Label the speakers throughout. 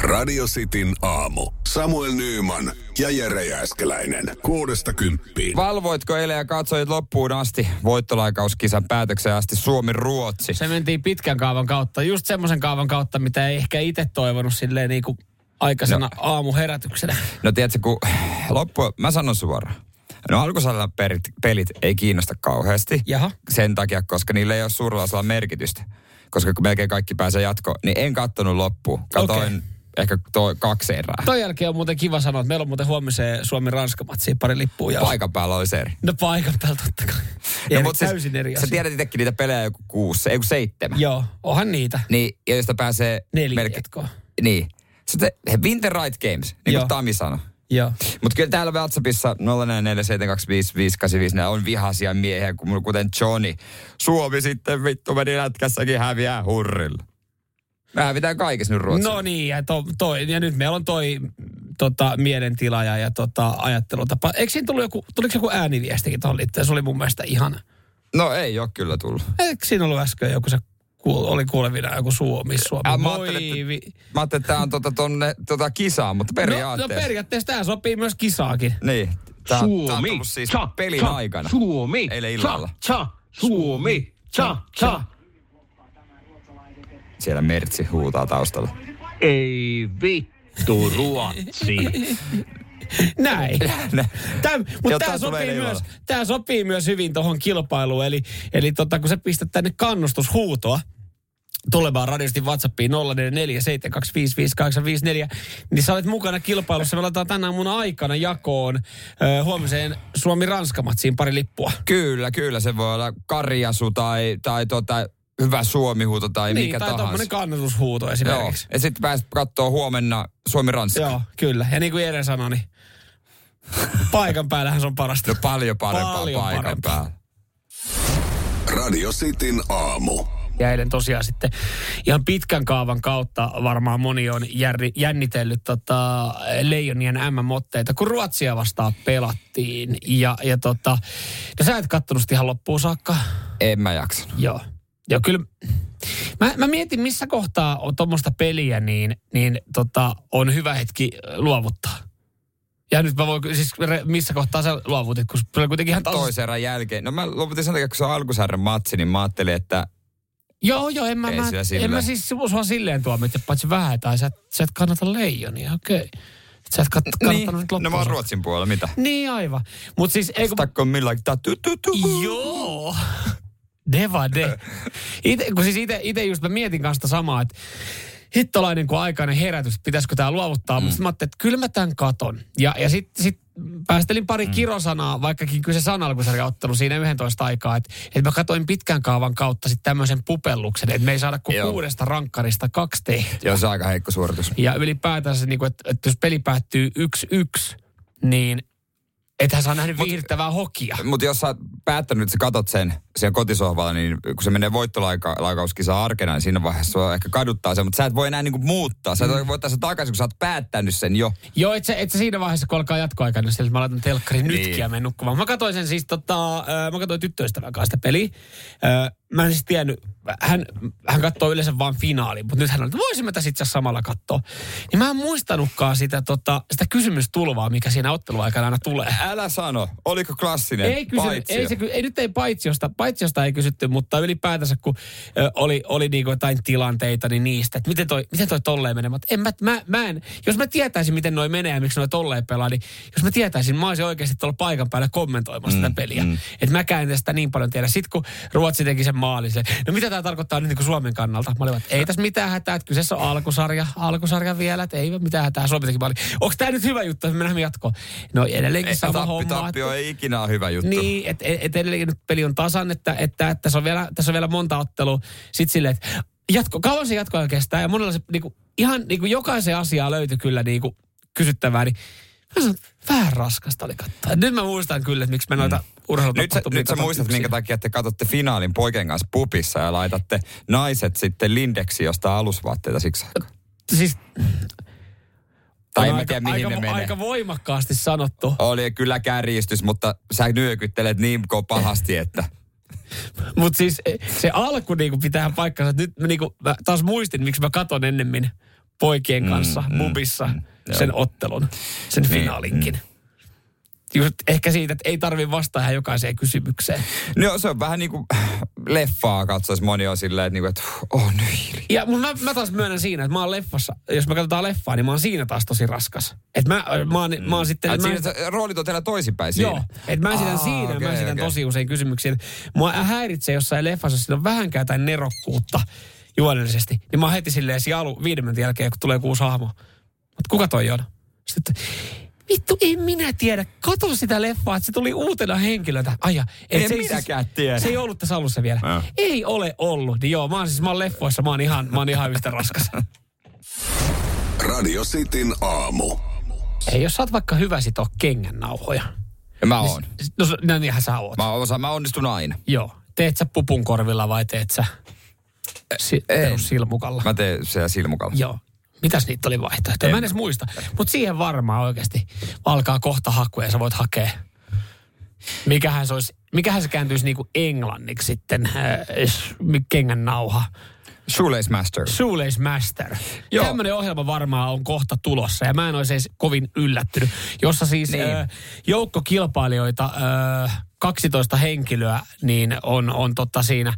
Speaker 1: Radio Cityn aamu. Samuel Nyyman ja Jere Jääskeläinen. Kuudesta kymppiin.
Speaker 2: Valvoitko eilen ja katsoit loppuun asti voittolaikauskisan päätökseen asti Suomi-Ruotsi?
Speaker 3: Se mentiin pitkän kaavan kautta, just semmoisen kaavan kautta, mitä ei ehkä itse toivonut silleen niin kuin aikaisena no. aamuherätyksenä.
Speaker 2: No tiedätkö, kun loppu, mä sanon suoraan. No alkusarjalla pelit, pelit ei kiinnosta kauheasti.
Speaker 3: Jaha.
Speaker 2: Sen takia, koska niillä ei ole suurella osalla merkitystä. Koska kun melkein kaikki pääsee jatkoon, niin en kattonut loppuun. Katoin
Speaker 3: Okei.
Speaker 2: okay. ehkä toi kaksi erää.
Speaker 3: Toi jälkeen on muuten kiva sanoa, että meillä on muuten huomiseen Suomi-Ranska-matsiin pari lippua. jaossa.
Speaker 2: Paikan päällä oli se eri.
Speaker 3: No paikan päällä totta kai.
Speaker 2: No,
Speaker 3: Eri,
Speaker 2: mut siis
Speaker 3: täysin eri
Speaker 2: Sä
Speaker 3: asia.
Speaker 2: tiedät itsekin niitä pelejä joku kuusi, ei kun seitsemän.
Speaker 3: Joo, onhan niitä.
Speaker 2: Niin, ja josta pääsee...
Speaker 3: Neljä
Speaker 2: melkein-
Speaker 3: jatkoa.
Speaker 2: Niin. Sitten he Winter Right Games, niin
Speaker 3: Joo.
Speaker 2: kuin Tami sanoi.
Speaker 3: Joo.
Speaker 2: Mutta kyllä täällä WhatsAppissa 044725585 nää on vihaisia miehiä, kun- kuten Johnny. Suomi sitten vittu meni lätkässäkin häviää hurrilla. Mä hävitään kaikessa nyt Ruotsissa.
Speaker 3: No niin, ja, to, toi, ja nyt meillä on toi mm, tota, mielentila ja, ja tota, ajattelutapa. Eikö siinä tullut joku, tuliko joku ääniviestikin tuohon liittyen? Se oli mun mielestä ihana.
Speaker 2: no ei ole kyllä tullut.
Speaker 3: Eikö siinä ollut äsken joku se, kuul, oli kuulevina joku Suomi, Suomi,
Speaker 2: Ä,
Speaker 3: Ä,
Speaker 2: mä ajattelin,
Speaker 3: moi, vi...
Speaker 2: Mä ajattelin, että tää on tota, tonne, tota kisaa, mutta
Speaker 3: no, no
Speaker 2: periaatteessa.
Speaker 3: periaatteessa tämä sopii myös kisaakin.
Speaker 2: Niin. Tää, on- tää on tullut siis
Speaker 4: cha,
Speaker 2: pelin
Speaker 4: cha,
Speaker 2: aikana.
Speaker 4: Suomi,
Speaker 2: Eilen
Speaker 4: cha,
Speaker 2: illalla.
Speaker 4: cha, Suomi, cha, cha.
Speaker 2: Siellä Mertsi huutaa taustalla.
Speaker 4: Ei vittu, Ruotsi.
Speaker 3: Näin. Täm,
Speaker 2: Joo, tää
Speaker 3: mutta
Speaker 2: tulee
Speaker 3: tämä sopii,
Speaker 2: eilen
Speaker 3: myös,
Speaker 2: illalla.
Speaker 3: tää sopii myös hyvin tuohon kilpailuun. Eli, eli tota, kun sä pistät tänne kannustushuutoa tulevaan radiosti WhatsAppiin 0447255854, niin sä olet mukana kilpailussa. Me laitetaan tänään mun aikana jakoon ö, huomiseen Suomi-Ranskamatsiin pari lippua.
Speaker 2: Kyllä, kyllä. Se voi olla karjasu tai, tai tota, hyvä suomihuuto tai
Speaker 3: niin,
Speaker 2: mikä
Speaker 3: tai
Speaker 2: tahansa.
Speaker 3: tuommoinen kannustushuuto
Speaker 2: Joo.
Speaker 3: esimerkiksi.
Speaker 2: Ja sitten pääset katsoa huomenna Suomi-Ranska.
Speaker 3: Joo. Joo, kyllä. Ja niin kuin Jere sanoi, niin paikan päällähän se on parasta.
Speaker 2: No paljon parempaa
Speaker 3: Paljon
Speaker 2: paikan
Speaker 3: parempaa.
Speaker 2: päällä.
Speaker 1: Radio Cityn aamu.
Speaker 3: Ja eilen tosiaan sitten ihan pitkän kaavan kautta varmaan moni on järri, jännitellyt tota leijonien MM-otteita, kun Ruotsia vastaan pelattiin. Ja, ja tota, no sä et kattonut sitä ihan loppuun saakka.
Speaker 2: En mä jaksanut.
Speaker 3: Joo. Joo, kyllä. Mä, mä mietin, missä kohtaa on tuommoista peliä, niin, niin tota, on hyvä hetki luovuttaa. Ja nyt mä voin, ky- siis re- missä kohtaa sä luovutit, kun se oli kuitenkin ihan tasaisesti.
Speaker 2: Toisen erän jälkeen. No mä lopetin sen takia, kun se on alkusarjan matsi, niin mä ajattelin, että
Speaker 3: Joo, joo, en mä,
Speaker 2: Ei
Speaker 3: mä,
Speaker 2: sillä
Speaker 3: en
Speaker 2: silleen.
Speaker 3: mä siis sua silleen tuomitse, paitsi vähän, tai sä, et- sä et kannata leijonia, okei. Okay. Sä et kat,
Speaker 2: niin,
Speaker 3: kannattanut nyt
Speaker 2: no
Speaker 3: loppuun.
Speaker 2: mä oon
Speaker 3: saakka.
Speaker 2: Ruotsin puolella, mitä?
Speaker 3: Niin aivan. Mut siis, ei kun...
Speaker 2: Stakko millään, tää tu, tu, tu.
Speaker 3: Joo. Deva de. Ite, kun siis ite, ite just mä mietin kanssa sitä samaa, että hittolainen kuin aikainen herätys, että pitäisikö tämä luovuttaa, mm. mutta sitten mä ajattelin, että kyllä mä tämän katon. Ja, ja sitten sit päästelin pari mm. kirosanaa, vaikkakin kyllä se sana alkusarja ottelu siinä 11 aikaa, että et mä katoin pitkän kaavan kautta sitten tämmöisen pupelluksen, että me ei saada kuin
Speaker 2: Joo.
Speaker 3: kuudesta rankkarista kaksi tehtyä.
Speaker 2: Joo, se on aika heikko suoritus.
Speaker 3: Ja ylipäätään se, niinku, että, että jos peli päättyy 1-1, niin ethän saa nähnyt viihdyttävää hokia.
Speaker 2: Mutta jos sä oot päättänyt, että sä katot sen siellä kotisohvalla, niin kun se menee voittolaikauskisa arkena, niin siinä vaiheessa sua ehkä kaduttaa se, mutta sä et voi enää niinku muuttaa. Sä et
Speaker 3: Mm.
Speaker 2: voi ottaa sen takaisin, kun sä oot päättänyt sen jo.
Speaker 3: Joo, et sä, et sä siinä vaiheessa, kun alkaa jatkoaika, niin sillä, että mä laitan telkkarin nytkin
Speaker 2: Niin.
Speaker 3: ja menen nukkumaan. Mä katsoin sen siis, tota, ö, mä katsoin tyttöystävän kanssa sitä peliä. Ö, Mä en siis tiennyt, hän, hän katsoo yleensä vain finaalin, mutta nyt hän on, että voisin mä tässä itse asiassa samalla katsoa. Niin mä en muistanutkaan sitä, tota, sitä kysymystulvaa, mikä siinä otteluaikana aina tulee.
Speaker 2: Älä sano, oliko klassinen
Speaker 3: Ei, kysy,
Speaker 2: paitsio?
Speaker 3: ei, se, ky- ei nyt ei paitsiosta, paitsiosta ei kysytty, mutta ylipäätänsä kun ö, oli, oli niinku jotain tilanteita, niin niistä, että miten toi, miten toi tolleen menee. Mutta en mä, mä, mä en, jos mä tietäisin, miten noi menee ja miksi noi tolleen pelaa, niin jos mä tietäisin, mä olisin oikeasti tuolla paikan päällä kommentoimassa mm, sitä peliä. Mm. Että mäkään en tästä niin paljon tiedä. Sitten kun Ruotsi teki sen maalin, se, no mitä tämä tarkoittaa nyt niinku Suomen kannalta? Mä olin, että ei tässä mitään hätää, että kyseessä on alkusarja, alkusarja vielä, että ei ole mitään hätää, Suomi teki maalin. Onko tämä nyt hyvä juttu, että me nähdään jatkoon? No edelleenkin
Speaker 2: Ei,
Speaker 3: sama
Speaker 2: tappi,
Speaker 3: homma.
Speaker 2: tappio
Speaker 3: että-
Speaker 2: ei ikinä ole hyvä juttu.
Speaker 3: niin, että et, et edelleenkin nyt peli on tasan, että, että, että tässä, on vielä, tässä on vielä monta ottelua. Sitten silleen, että jatko, kauan se jatkoa kestää ja monella se niinku, ihan niinku jokaisen asiaa löytyi kyllä niinku, kysyttävää. Niin, mä sanoin, että vähän raskasta oli katsoa. Et Nyt mä muistan kyllä, että miksi mä noita mm.
Speaker 2: Nyt sä, nyt sä muistat, minkä takia te katsotte finaalin poikien kanssa pupissa ja laitatte naiset sitten Lindeksi jostain alusvaatteita siksi. aikaa.
Speaker 3: Siis,
Speaker 2: Tai en
Speaker 3: on
Speaker 2: mä tiedä, mihin
Speaker 3: aika,
Speaker 2: ne menee.
Speaker 3: aika voimakkaasti sanottu.
Speaker 2: Oli kyllä kärjistys, mutta sä nyökyttelet niin ko- pahasti, että...
Speaker 3: Mutta siis eh, se alku niinku pitää paikkansa. Nyt mä, niinku, mä taas muistin, miksi mä katon ennemmin poikien kanssa
Speaker 2: mm,
Speaker 3: bubissa
Speaker 2: mm, joo.
Speaker 3: sen ottelun, sen
Speaker 2: Niin,
Speaker 3: finaalinkin. Just ehkä siitä, että ei tarvi vastata ihan jokaiseen kysymykseen.
Speaker 2: No se on vähän niin kuin leffaa katsois moni on silleen, että, niinku, että oh nyt
Speaker 3: Ja mut mä, mä taas myönnän siinä, että mä oon leffassa, jos me katsotaan leffaa, niin mä oon siinä taas tosi raskas. Et mä, mä, oon, mä oon sitten...
Speaker 2: Ai,
Speaker 3: mä,
Speaker 2: Mm. siinä, se- roolit on teillä toisinpäin siinä.
Speaker 3: Joo, että mä esitän
Speaker 2: Aa,
Speaker 3: siinä, okay, mä
Speaker 2: okei,
Speaker 3: esitän
Speaker 2: okei.
Speaker 3: okay. tosi usein kysymyksiä. Mua häiritsee jossain leffassa, jos siinä on vähänkään jotain nerokkuutta juonellisesti. Niin mä oon heti silleen siinä alu, viiden minuutin jälkeen, kun tulee kuusi hahmo. Mutta kuka toi on? Sitten, että, vittu, en minä tiedä. Kato sitä leffaa, että se tuli uutena henkilöltä. Ai ja, et
Speaker 2: En
Speaker 3: se ei siis-
Speaker 2: minäkään tiedä.
Speaker 3: Se ei ollut tässä alussa vielä.
Speaker 2: Joo.
Speaker 3: Ei ole ollut. Niin joo, mä oon siis, mä oon leffoissa, mä oon ihan, mä oon ihan yhtä raskas.
Speaker 1: Radio Cityn aamu.
Speaker 3: Ei, jos sä oot vaikka hyvä sitoa kengän nauhoja.
Speaker 2: Ja mä oon.
Speaker 3: No, s- no niinhän sä oot.
Speaker 2: Mä, osaan, mä onnistun aina.
Speaker 3: Joo. Teet sä pupun korvilla vai teet sä si-
Speaker 2: en.
Speaker 3: perussilmukalla?
Speaker 2: Mä teen se silmukalla.
Speaker 3: Joo. Mitäs niitä oli vaihtoehtoja? Mä en edes muista. Mutta siihen varmaan oikeasti alkaa kohta hakuja ja sä voit hakea. Mikähän se, olisi, mikähän se kääntyisi niinku englanniksi sitten, äh, s- mi- kengän nauha.
Speaker 2: Shoelace Master.
Speaker 3: Shoelace Master.
Speaker 2: Joo.
Speaker 3: Tämmöinen ohjelma varmaan on kohta tulossa ja mä en olisi edes kovin yllättynyt. Jossa siis niin.
Speaker 2: Niin.
Speaker 3: ö, joukko kilpailijoita, ö, 12 henkilöä, niin on, on totta siinä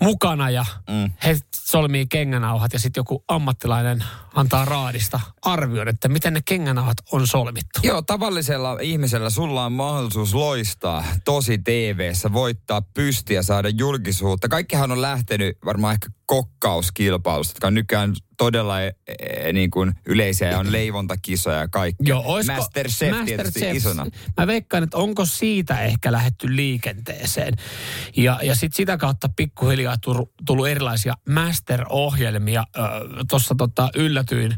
Speaker 3: mukana ja mm. he solmii kengänauhat ja sitten joku ammattilainen antaa raadista arvion, että miten ne kengänauhat on solmittu.
Speaker 2: Joo, tavallisella ihmisellä sulla on mahdollisuus loistaa tosi tv voittaa pystiä, saada julkisuutta. Kaikkihan on lähtenyt varmaan ehkä kokkauskilpailusta, jotka on nykyään todella e, e, niin kuin yleisiä ja on leivontakisoja ja kaikki.
Speaker 3: Joo, olisiko,
Speaker 2: Masterchef tietysti isona.
Speaker 3: Mä veikkaan, että onko siitä ehkä lähetty liikenteeseen. Ja, ja sitten sitä kautta pikkuhiljaa tur- tullut erilaisia master-ohjelmia. Tuossa tota, yllätyin,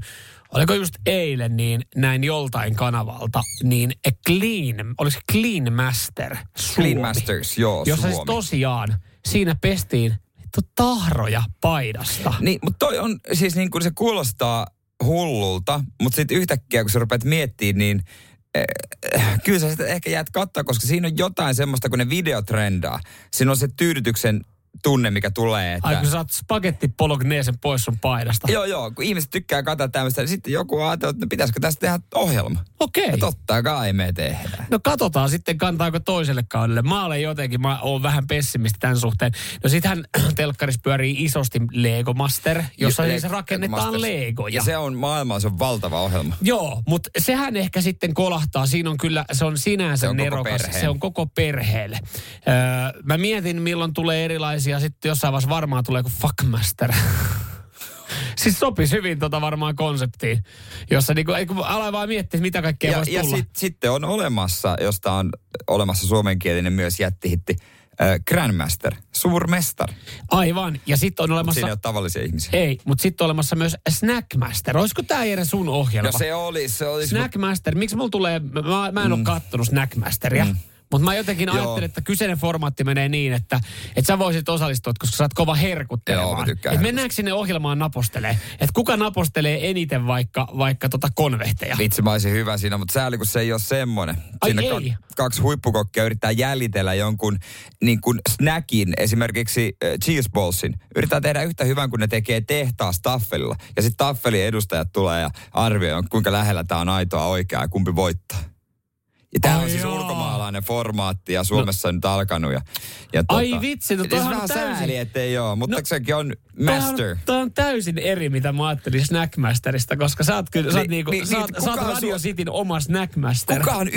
Speaker 3: oliko just eilen, niin näin joltain kanavalta, niin a Clean, oliko se Clean Master Suomi?
Speaker 2: Clean Masters, joo,
Speaker 3: Jossa siis
Speaker 2: Suomi.
Speaker 3: tosiaan siinä pestiin vittu tahroja paidasta.
Speaker 2: Niin, mutta toi on siis niin kuin se kuulostaa hullulta, mutta sitten yhtäkkiä kun sä rupeat miettimään, niin eh, kyllä sä sitä ehkä jäät katsoa, koska siinä on jotain semmoista, kun ne videotrendaa. Siinä on se tyydytyksen tunne, mikä tulee. Että...
Speaker 3: Ai kun sä saat spagetti pologneesen pois sun paidasta.
Speaker 2: Joo, joo, kun ihmiset tykkää katsoa tämmöistä, niin sitten joku ajattelee, että no pitäisikö tästä tehdä ohjelma.
Speaker 3: Okei.
Speaker 2: Ja totta kai me tehdään.
Speaker 3: No katsotaan sitten, kantaako toiselle kaudelle. Mä olen jotenkin, mä oon vähän pessimisti tämän suhteen. No sittenhän telkkarissa pyörii isosti Lego Master, jossa
Speaker 2: Jo-
Speaker 3: siis
Speaker 2: Lego
Speaker 3: rakennetaan
Speaker 2: Masters.
Speaker 3: Legoja.
Speaker 2: Ja se on maailmaa, se on valtava ohjelma.
Speaker 3: Joo, mutta sehän ehkä sitten kolahtaa. Siinä on kyllä, se on sinänsä
Speaker 2: Se on koko
Speaker 3: nerokas.
Speaker 2: perheen.
Speaker 3: Se on koko perheelle. Öö, mä mietin, milloin tulee erilaisia. Sitten jossain vaiheessa varmaan tulee kuin fuckmaster. siis sopisi hyvin tota varmaan konseptiin, jossa niinku, ei, kun ala vaan miettiä, mitä kaikkea
Speaker 2: Ja,
Speaker 3: voisi
Speaker 2: ja
Speaker 3: tulla.
Speaker 2: sit, sitten on olemassa, josta on olemassa suomenkielinen myös jättihitti, äh, Grandmaster, suurmestar.
Speaker 3: Aivan. Ja sitten on olemassa...
Speaker 2: Siinä ei ole tavallisia ihmisiä.
Speaker 3: Ei, mutta sitten olemassa myös Snackmaster. Olisiko tämä Jere sun ohjelma?
Speaker 2: No se olisi, se olisi. mut-
Speaker 3: Snackmaster, miksi mulla tulee, mä, mä en ole kattonut Snackmasteria. Mm. Mutta mä jotenkin
Speaker 2: Joo.
Speaker 3: ajattelin, että kyseinen formaatti menee niin, että, että sä voisit osallistua, koska sä oot kova herkuttelemaan.
Speaker 2: Joo, mä tykkään
Speaker 3: Et mennäänkö sinne ohjelmaan napostelee? Että kuka napostelee eniten vaikka, vaikka tota konvehteja?
Speaker 2: Vitsi, mä olisin hyvä siinä, mutta sääli, kun se ei ole semmoinen.
Speaker 3: Ai
Speaker 2: Siinä
Speaker 3: ei.
Speaker 2: kaksi huippukokkia yrittää jäljitellä jonkun niin kuin snackin, esimerkiksi äh, cheeseballsin. Yrittää tehdä yhtä hyvän kuin ne tekee tehtaas taffelilla. Ja sitten taffelin edustajat tulee ja arvioi, kuinka lähellä tämä on aitoa oikeaa ja kumpi voittaa. Ja tämä
Speaker 3: Ai
Speaker 2: on siis
Speaker 3: joo.
Speaker 2: ulkomaalainen formaatti ja Suomessa no. on nyt alkanut. Ja, ja
Speaker 3: Ai vitsi, no
Speaker 2: se
Speaker 3: toihan on
Speaker 2: vähän
Speaker 3: täysin-
Speaker 2: sääli, ettei ole, mutta
Speaker 3: No,
Speaker 2: no, sekin on master.
Speaker 3: Tämä on täysin eri, mitä mä ajattelin Snackmasterista, koska sä oot, kyllä, sä oot,
Speaker 2: Ni-
Speaker 3: niinku,
Speaker 2: ni-
Speaker 3: sä oot,
Speaker 2: niitä-
Speaker 3: sä oot
Speaker 2: kuka on
Speaker 3: Radio
Speaker 2: su-
Speaker 3: Cityn oma Snackmaster.
Speaker 2: Kuka on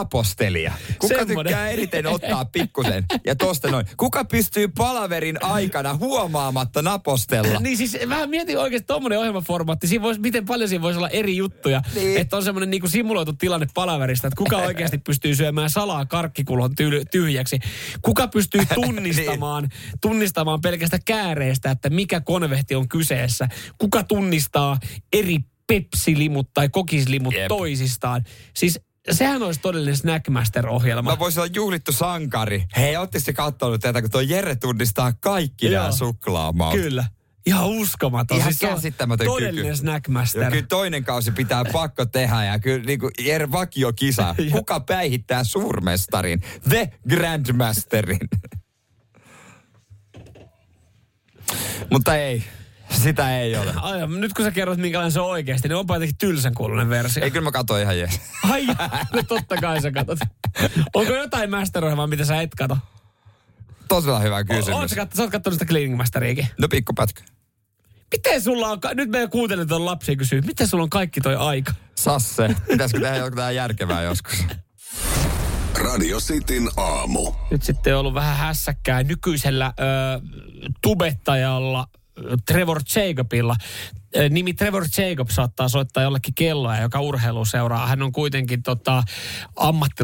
Speaker 2: ykkösnapostelija? Kuka
Speaker 3: Semmonen.
Speaker 2: tykkää eniten ottaa pikkusen? Ja tosta noin. Kuka pystyy palaverin aikana huomaamatta napostella?
Speaker 3: Niin siis vähän mietin oikeasti tuommoinen ohjelmaformaatti. Siinä vois, miten paljon siinä voisi olla eri juttuja. Niin.
Speaker 2: Niin.
Speaker 3: Että on semmoinen niinku simuloitu tilanne palaverista, että kuka oikeasti pystyy syömään salaa karkkikulhon tyl- tyhjäksi. Kuka pystyy Niin. tunnistamaan, tunnistamaan pelkästä kääreestä, että mikä konvehti on kyseessä. Kuka tunnistaa eri pepsilimut tai kokislimut Jep.
Speaker 2: Jep.
Speaker 3: toisistaan. Siis sehän olisi todellinen Snackmaster-ohjelma.
Speaker 2: Mä voisin olla juhlittu sankari. Hei, ootteko te kattonut tätä, kun tuo Jere tunnistaa kaikki
Speaker 3: Joo.
Speaker 2: nämä suklaamaut?
Speaker 3: Kyllä. Ihan uskomaton. Siis
Speaker 2: Ihan
Speaker 3: se on
Speaker 2: käsittämätön kyky.
Speaker 3: Todellinen
Speaker 2: Ja
Speaker 3: Snackmaster.
Speaker 2: kyllä toinen kausi pitää pakko tehdä ja kyllä niin kuin Jere vakio kisa.
Speaker 3: Joo.
Speaker 2: Kuka päihittää suurmestarin? The Grandmasterin. Mutta ei. Sitä ei ole.
Speaker 3: Ai, nyt kun sä kerrot, minkälainen se on oikeasti, niin onpa jotenkin tylsän kuulunen versio.
Speaker 2: Ei, kyllä mä katsoin ihan jees.
Speaker 3: Ai, no totta kai sä katot. Onko jotain masterohjelmaa, mitä sä et kato?
Speaker 2: Todella hyvä
Speaker 3: Oot
Speaker 2: kysymys.
Speaker 3: sä, katt- sä oot kattonut sitä Cleaning Masteriakin.
Speaker 2: No pikkupätkä.
Speaker 3: Miten sulla on, ka- nyt meidän kuuntelijat on lapsia kysyy, miten sulla on kaikki toi aika?
Speaker 2: Sasse, pitäisikö tehdä jotain järkevää joskus?
Speaker 1: Radio Cityn aamu.
Speaker 3: Nyt sitten on ollut vähän hässäkkää nykyisellä ö, tubettajalla ö, Trevor Jacobilla. Ö, Nimi Trevor Jacob saattaa soittaa jollekin kelloa, joka urheilu seuraa. Hän on kuitenkin tota,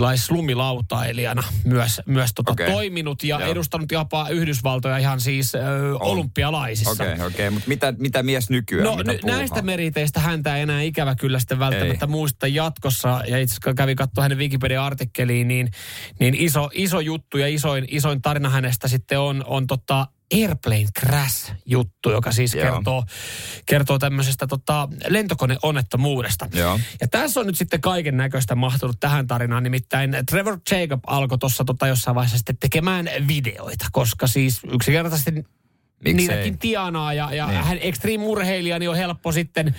Speaker 3: ammattilaislumilautailijana myös, myös tota,
Speaker 2: Okei.
Speaker 3: okay. toiminut ja
Speaker 2: Joo.
Speaker 3: Joo. edustanut jopa Yhdysvaltoja ihan siis ö, olympialaisissa.
Speaker 2: Okei, okei, mutta mitä, mitä mies nykyään?
Speaker 3: No
Speaker 2: mitä
Speaker 3: n-
Speaker 2: puuhaa?
Speaker 3: näistä meriteistä häntä ei enää ikävä kyllä sitten välttämättä
Speaker 2: Ei.
Speaker 3: muista jatkossa. Ja itse asiassa kun kävin katsoa hänen Wikipedia-artikkeliin, niin, niin iso, iso juttu ja isoin, isoin tarina hänestä sitten on, on tota Airplane Crash-juttu, joka siis
Speaker 2: Joo.
Speaker 3: kertoo, kertoo tämmöisestä tota lentokoneonnettomuudesta.
Speaker 2: Joo.
Speaker 3: Ja tässä on nyt sitten kaiken näköistä mahtunut tähän tarinaan. Nimittäin Trevor Jacob alkoi tuossa tota jossain vaiheessa sitten tekemään videoita, koska siis yksinkertaisesti
Speaker 2: Miksei?
Speaker 3: niilläkin tianaa ja, ja
Speaker 2: Niin.
Speaker 3: niin. hän extreme-urheilija, niin on helppo sitten,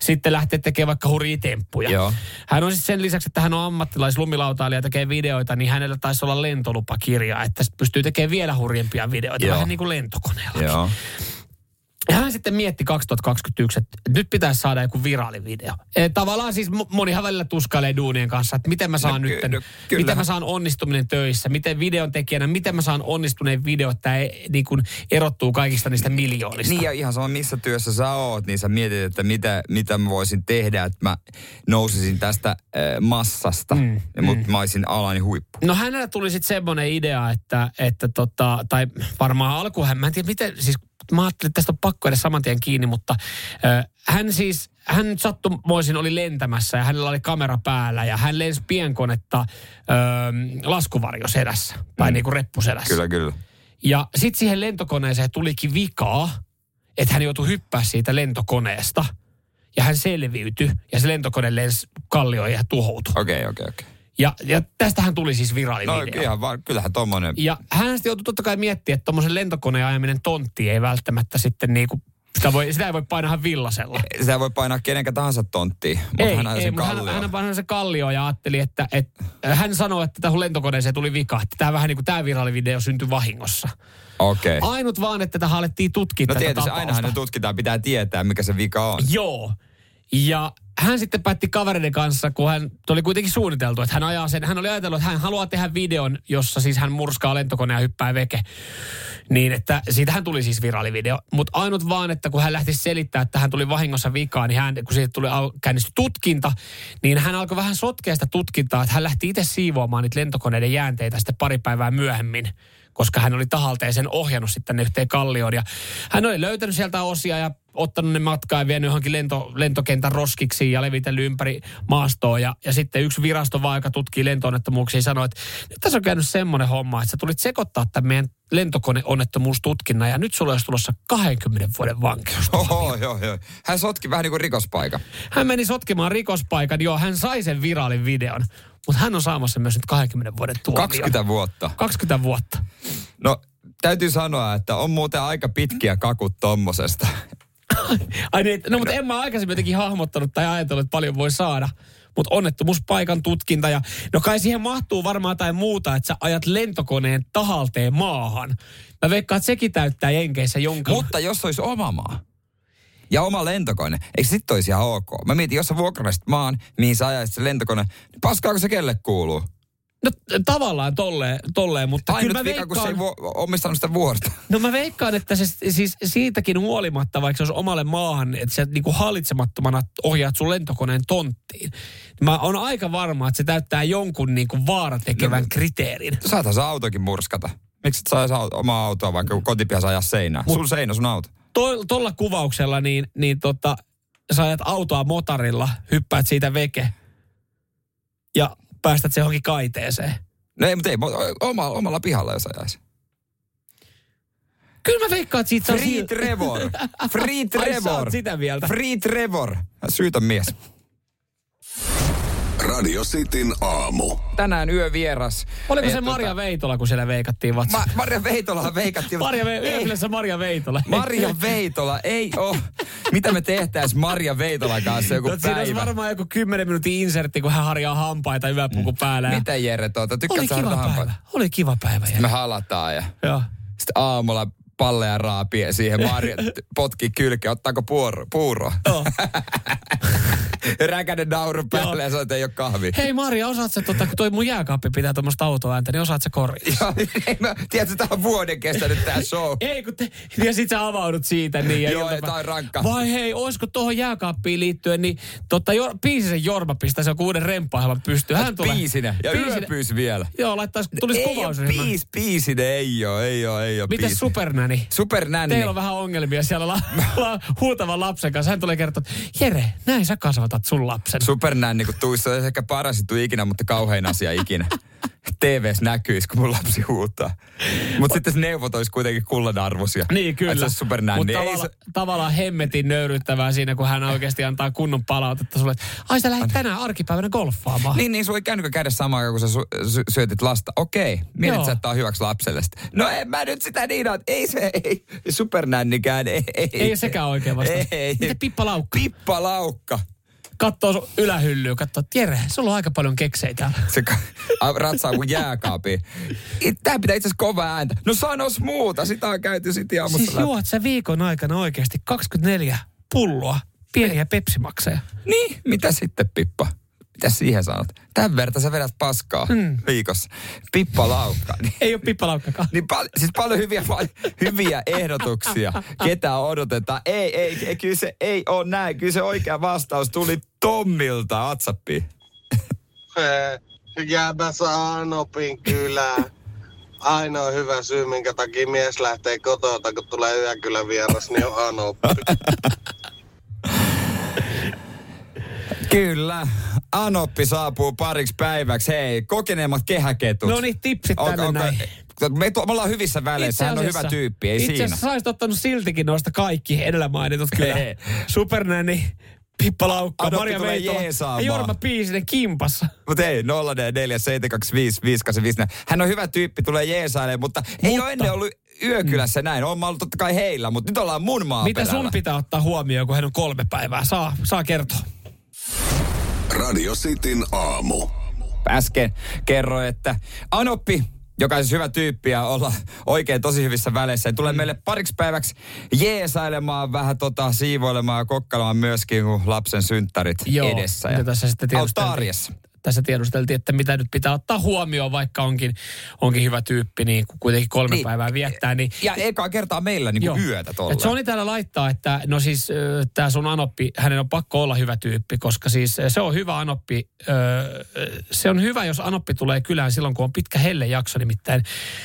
Speaker 3: sitten lähteä tekemään vaikka hurjitemppuja.
Speaker 2: Joo.
Speaker 3: Hän on siis sen lisäksi, että hän on ammattilaislumilautailija ja tekee videoita, niin hänellä taisi olla lentolupakirja, että sit pystyy tekemään vielä hurjempia videoita,
Speaker 2: Joo.
Speaker 3: Joo. vähän niin kuin lentokoneella.
Speaker 2: Joo.
Speaker 3: Ja hän sitten mietti 2021, että nyt pitäisi saada joku viraalivideo. Eh, Tavallaan siis mo- monihan välillä tuskailee duunien kanssa, että miten mä saan
Speaker 2: No
Speaker 3: no,
Speaker 2: ky-
Speaker 3: nyt,
Speaker 2: no kyllähän.
Speaker 3: miten mä saan onnistuminen töissä, miten videon tekijänä, miten mä saan onnistuneen video, että tämä niin kuin erottuu kaikista niistä miljoonista.
Speaker 2: Niin ja ihan sama missä työssä sä oot, niin sä mietit, että mitä, mitä mä voisin tehdä, että mä nousisin tästä äh, massasta, mm, mutta mä olisin alani huippu.
Speaker 3: No hänellä tuli sitten semmoinen idea, että, että tota, tai varmaan alkuun, mä en tiedä miten, siis mä ajattelin, että tästä on pakko edes saman tien kiinni, mutta äh, hän siis, hän nyt sattumoisin oli lentämässä ja hänellä oli kamera päällä ja hän lensi pienkonetta äh, laskuvarjoselässä tai niinku reppuselässä.
Speaker 2: Mm. Kyllä, kyllä.
Speaker 3: Ja sitten siihen lentokoneeseen tulikin vikaa, että hän joutui hyppää siitä lentokoneesta ja hän selviytyi ja se lentokone lensi kallioon ja hän tuhoutui.
Speaker 2: Okei, okei, okei.
Speaker 3: Ja, ja tästähän tuli siis virallinen
Speaker 2: No ihan vaan, kyllähän tommonen.
Speaker 3: ja hän sitten joutui totta kai miettimään, että tuommoisen lentokoneen ajaminen tonttiin ei välttämättä sitten niinku, sitä, voi, sitä ei voi painahan villasella.
Speaker 2: Sitä voi painaa kenenkä tahansa tonttiin, mutta
Speaker 3: Ei,
Speaker 2: hän on
Speaker 3: ei,
Speaker 2: sen
Speaker 3: mutta hän,
Speaker 2: kallio.
Speaker 3: hän, hän se kallio ja ajatteli, että, että hän sanoi, että tähän lentokoneeseen tuli vika. Että tämä vähän niin kuin tämä virallivideo syntyi vahingossa.
Speaker 2: Okei.
Speaker 3: Ainut vaan, että tähän alettiin tutkia
Speaker 2: No
Speaker 3: tätä
Speaker 2: tietysti,
Speaker 3: tapausta.
Speaker 2: ainahan ne tutkitaan, pitää tietää, mikä se vika on.
Speaker 3: Joo. Ja hän sitten päätti kavereiden kanssa, kun hän oli kuitenkin suunniteltu, että hän ajaa sen. Hän oli ajatellut, että hän haluaa tehdä videon, jossa siis hän murskaa lentokoneen ja hyppää veke. Niin, että siitähän tuli siis viraalivideo. Mutta ainut vaan, että kun hän lähti selittämään, että hän tuli vahingossa vikaan, niin hän, kun siitä tuli al- käynnistyi tutkinta, niin hän alkoi vähän sotkea sitä tutkintaa, että hän lähti itse siivoamaan niitä lentokoneiden jäänteitä sitten pari päivää myöhemmin koska hän oli tahalteen sen ohjannut sitten ne yhteen kallioon. Ja hän oli löytänyt sieltä osia ja ottanut ne matkaan ja vienyt johonkin lento, lentokentän roskiksi ja levitellyt ympäri maastoa. Ja, ja sitten yksi virasto vaan, joka tutkii lentoonnettomuuksia, sanoi, että nyt tässä on käynyt semmoinen homma, että sä tulit sekoittaa tämän meidän lentokoneonnettomuustutkinnan ja nyt sulla olisi tulossa 20 vuoden vankeus.
Speaker 2: Oho, joo, joo. Hän sotki vähän niin kuin rikospaika.
Speaker 3: Hän meni sotkemaan rikospaikan, joo, hän sai sen viraalin videon, mutta hän on saamassa myös nyt 20 vuoden tuomion.
Speaker 2: 20 vuotta.
Speaker 3: 20 vuotta.
Speaker 2: No, täytyy sanoa, että on muuten aika pitkiä kakut tommosesta.
Speaker 3: Ai niin, no mutta en mä aikaisemmin jotenkin hahmottanut tai ajatellut, että paljon voi saada. Mutta onnettomuuspaikan tutkinta ja no kai siihen mahtuu varmaan jotain muuta, että sä ajat lentokoneen tahalteen maahan. Mä veikkaan, että sekin täyttää Jenkeissä jonkun.
Speaker 2: Mutta jos olisi oma maa ja oma lentokone, eikö sit olisi ihan ok? Mä mietin, jos sä vuokraisit maan, mihin sä ajaisit se lentokone, niin paskaako se kelle kuuluu?
Speaker 3: No t- tavallaan tolleen, tolleen mutta
Speaker 2: Ainut
Speaker 3: kyllä mä
Speaker 2: vika, kun se ei
Speaker 3: veikkaan,
Speaker 2: vo- omistanut sitä vuorta.
Speaker 3: no mä veikkaan, että se, siis siitäkin huolimatta, vaikka se olisi omalle maahan, että sä niinku hallitsemattomana ohjaat sun lentokoneen tonttiin. Mä oon aika varma, että se täyttää jonkun niinku
Speaker 2: No.
Speaker 3: vaaratekevän kriteerin.
Speaker 2: Saathan sä autokin murskata. Miksi et sä saa omaa autoa, vaikka kotipihassa ajaa seinään? Sun seinä, sun auto.
Speaker 3: to- tolla kuvauksella niin, niin tota, sä ajat autoa motarilla, hyppäät siitä veke ja päästät se johonkin kaiteeseen.
Speaker 2: No ei, mutta ei, mo- oma, omalla pihalla jos ajaisi.
Speaker 3: Kyllä mä veikkaan, että siitä saa
Speaker 2: Free Trevor. Free
Speaker 3: Ai, sä oot
Speaker 2: Trevor.
Speaker 3: sitä mieltä.
Speaker 2: Free Trevor. Syytä mies.
Speaker 1: Radio Cityn aamu.
Speaker 2: Tänään yövieras.
Speaker 3: Oliko
Speaker 2: Ja
Speaker 3: se
Speaker 2: tota,
Speaker 3: Maria Veitola, kun siellä veikattiin vatsa?
Speaker 2: Ma- Marja Veitolahan veikattiin.
Speaker 3: Marja Ve-
Speaker 2: Ei,
Speaker 3: Yökylässä Marja Veitola.
Speaker 2: Marja Veitola ei oo. Mitä me tehtäis Marja Veitolan kanssa joku
Speaker 3: No, siinä olisi
Speaker 2: päivä?
Speaker 3: varmaan joku 10 minuutin insertti, kun hän harjaa hampaita yöpuku päällä. ja-
Speaker 2: Mm. Mitä Jere tuota?
Speaker 3: Oli
Speaker 2: Tykkäät sä
Speaker 3: kiva
Speaker 2: harta
Speaker 3: päivä.
Speaker 2: hampaita? No.
Speaker 3: Oli kiva päivä. Jere.
Speaker 2: Me halataan ja
Speaker 3: Joo.
Speaker 2: sitten aamulla palleja raapien siihen Marja t- potki kylkeä. Ottaako puoro? puuro?
Speaker 3: Joo.
Speaker 2: Räkänen nauru päälle ja sanoi, että ei ole kahvi.
Speaker 3: Hei Maria, osaat sä, tota, kun toi mun jääkaappi pitää tuommoista autoääntä, niin osaat sä korjaa?
Speaker 2: Joo, ei mä- Tiedätkö, tämä on vuoden kestänyt tämä show.
Speaker 3: Ei, kun te, ja sit sä avaudut siitä. Niin, ja
Speaker 2: Joo,
Speaker 3: iltapä-
Speaker 2: tää on rankka.
Speaker 3: Vai hei, oisko tuohon jääkaappiin liittyen, niin totta, jo, biisisen Jorma pistää se joku uuden remppailevan pystyyn. Hän tulee.
Speaker 2: Biisinä ja yöpyys vielä.
Speaker 3: Joo, laittaisi, tulisi
Speaker 2: ei oo
Speaker 3: kuvausryhmä.
Speaker 2: biis, biisinen, ei oo, ei oo, ei oo
Speaker 3: Mites
Speaker 2: biisi. Niin.
Speaker 3: supernäni?
Speaker 2: Supernänni.
Speaker 3: Teillä on vähän ongelmia siellä la- la- huutavan lapsen kanssa. Hän tulee kertoa, että Jere, näin sä kasvatat sun lapsen.
Speaker 2: Supernänni, kun tuissa on ehkä paras juttu ikinä, mutta kauhein asia ikinä. TVs näkyis, kun mun lapsi huutaa. Mutta sitten se neuvot olisi kuitenkin kullanarvoisia.
Speaker 3: Niin,
Speaker 2: Ai, se
Speaker 3: kyllä.
Speaker 2: on supernänni.
Speaker 3: Mutta
Speaker 2: Ei
Speaker 3: tavalla,
Speaker 2: se,
Speaker 3: tavallaan hemmetin nöyryttävää siinä, kun hän oikeasti antaa kunnon palautetta sulle. että, Ai sä lähdet tänään arkipäivänä golfaamaan.
Speaker 2: niin, niin, sulla ei käynytkö käydä samaan aikaan, kun sä sy- sy- syötit lasta. Okei, mietit
Speaker 3: Joo.
Speaker 2: sä, että tää on hyväksi lapselle. Sitten, No en mä nyt sitä niin ole. Ei se, ei. Supernännikään, ei.
Speaker 3: Ei ole sekään oikein vastaus.
Speaker 2: Ei.
Speaker 3: Miten Pippa Laukka?
Speaker 2: Pippalaukka.
Speaker 3: Kattoo sun ylähyllyä, kattoo, että Jere, sulla on aika paljon keksejä täällä.
Speaker 2: Se ka- a- ratsaa kuin jääkaapi. Tämä pitää itse asiassa kovaa ääntä. No sanos muuta, sitä on käyty sitten aamussa
Speaker 3: Siis
Speaker 2: läpi.
Speaker 3: juot sä viikon aikana oikeasti 24 pulloa pieniä pepsimakseja.
Speaker 2: Niin, mitä sitten Pippa? Mitä siihen sanot? Tämän verta sä vedät paskaa mm. viikossa. Pippa Laukka. Niin,
Speaker 3: Ei ole Pippa Laukkakaan.
Speaker 2: niin pal- siis paljon hyviä, pal- hyviä ehdotuksia. Ketä odotetaan? Ei, ei, ei, kyllä se ei ole näin. Kyllä se oikea vastaus tuli Tommilta WhatsAppiin.
Speaker 5: Jääpä saa Anopin kylään. Ainoa hyvä syy, minkä takia mies lähtee kotota, kun tulee yökylän vieras, niin on Anoppi.
Speaker 2: Kyllä. Anoppi saapuu pariksi päiväksi. Hei, kokeneemmat kehäketut.
Speaker 3: No niin, tipsit
Speaker 2: Onko-
Speaker 3: tänne
Speaker 2: onko-
Speaker 3: näin.
Speaker 2: Me, tu- me ollaan hyvissä väleissä.
Speaker 3: Itse
Speaker 2: Hän on
Speaker 3: asiassa-
Speaker 2: hyvä tyyppi, ei
Speaker 3: itse
Speaker 2: siinä.
Speaker 3: asiassa sä olisit ottanut siltikin noista kaikki edellä mainitut kyllä.
Speaker 2: Ei.
Speaker 3: Supernäni, Pippa Laukka,
Speaker 2: Anoppi
Speaker 3: Maria
Speaker 2: tulee
Speaker 3: Veitola ja
Speaker 2: jeesaamaan.
Speaker 3: Jorma Piisinen kimpassa.
Speaker 2: Mutta ei, 0447255854. Hän on hyvä tyyppi, tulee jeesailemaan, mutta, mutta ei ole ennen ollut yökylässä näin. Olen ollut totta kai heillä, mutta nyt ollaan mun
Speaker 3: Mm. Mitä
Speaker 2: maaperällä.
Speaker 3: sun pitää ottaa huomioon, kun hän on kolme päivää? Saa, saa kertoa.
Speaker 1: Radio Cityn aamu.
Speaker 2: Äsken kerroin, että Anoppi, joka on siis hyvä tyyppi ja olla oikein tosi hyvissä väleissä, niin
Speaker 3: Mm.
Speaker 2: tulee meille pariksi päiväksi jeesailemaan vähän tota, siivoilemaan ja kokkailemaan myöskin, kun lapsen synttärit edessä.
Speaker 3: mitä tässä sitten
Speaker 2: auttaa
Speaker 3: tiedusteltiin.
Speaker 2: arjessa.
Speaker 3: Tässä tiedusteltiin, että mitä nyt pitää ottaa huomioon, vaikka onkin, onkin hyvä tyyppi, niin kun kuitenkin kolme
Speaker 2: Niin.
Speaker 3: päivää viettää. Niin
Speaker 2: Ja ekaa kertaa meillä niin kuin
Speaker 3: Joo.
Speaker 2: yötä
Speaker 3: Ja
Speaker 2: tuolla.
Speaker 3: Johnny täällä laittaa, että no siis tämä sun anoppi, hänen on pakko olla hyvä tyyppi, koska siis ö, se on hyvä anoppi. Ö, ö, se on hyvä, jos anoppi tulee kylään silloin, kun on pitkä hellejakso, nimittäin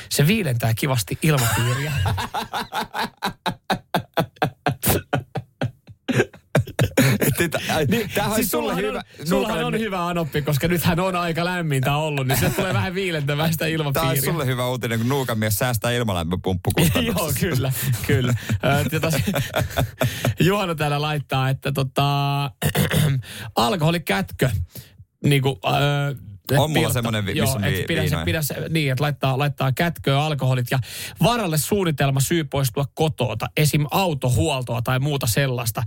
Speaker 3: se viilentää kivasti ilmapiiriä.
Speaker 2: Tämähän Niin, on
Speaker 3: siis
Speaker 2: sulle
Speaker 3: sullahan
Speaker 2: hyvä.
Speaker 3: On, sullahan on
Speaker 2: nuukalle-
Speaker 3: hyvä anoppi, koska nythän on aika lämmintä ollut, niin se tulee vähän viilentämään sitä
Speaker 2: Tämä on
Speaker 3: ilmapiiriä.
Speaker 2: sulle hyvä uutinen, kun nuukamies säästää
Speaker 3: Joo,
Speaker 2: ilmalämpöpumppukustannuksessa.
Speaker 3: kyllä, kyllä. Ö, tota, Juhana täällä laittaa, että tota, alkoholikätkö, niin kuin, äh,
Speaker 2: On mulla semmonen vi- missä on vi-
Speaker 3: pidä, se,
Speaker 2: viinoja.
Speaker 3: pidä se, niin, että laittaa, laittaa kätköä alkoholit ja varalle suunnitelma syy poistua kotoota, esim. autohuoltoa tai muuta sellaista.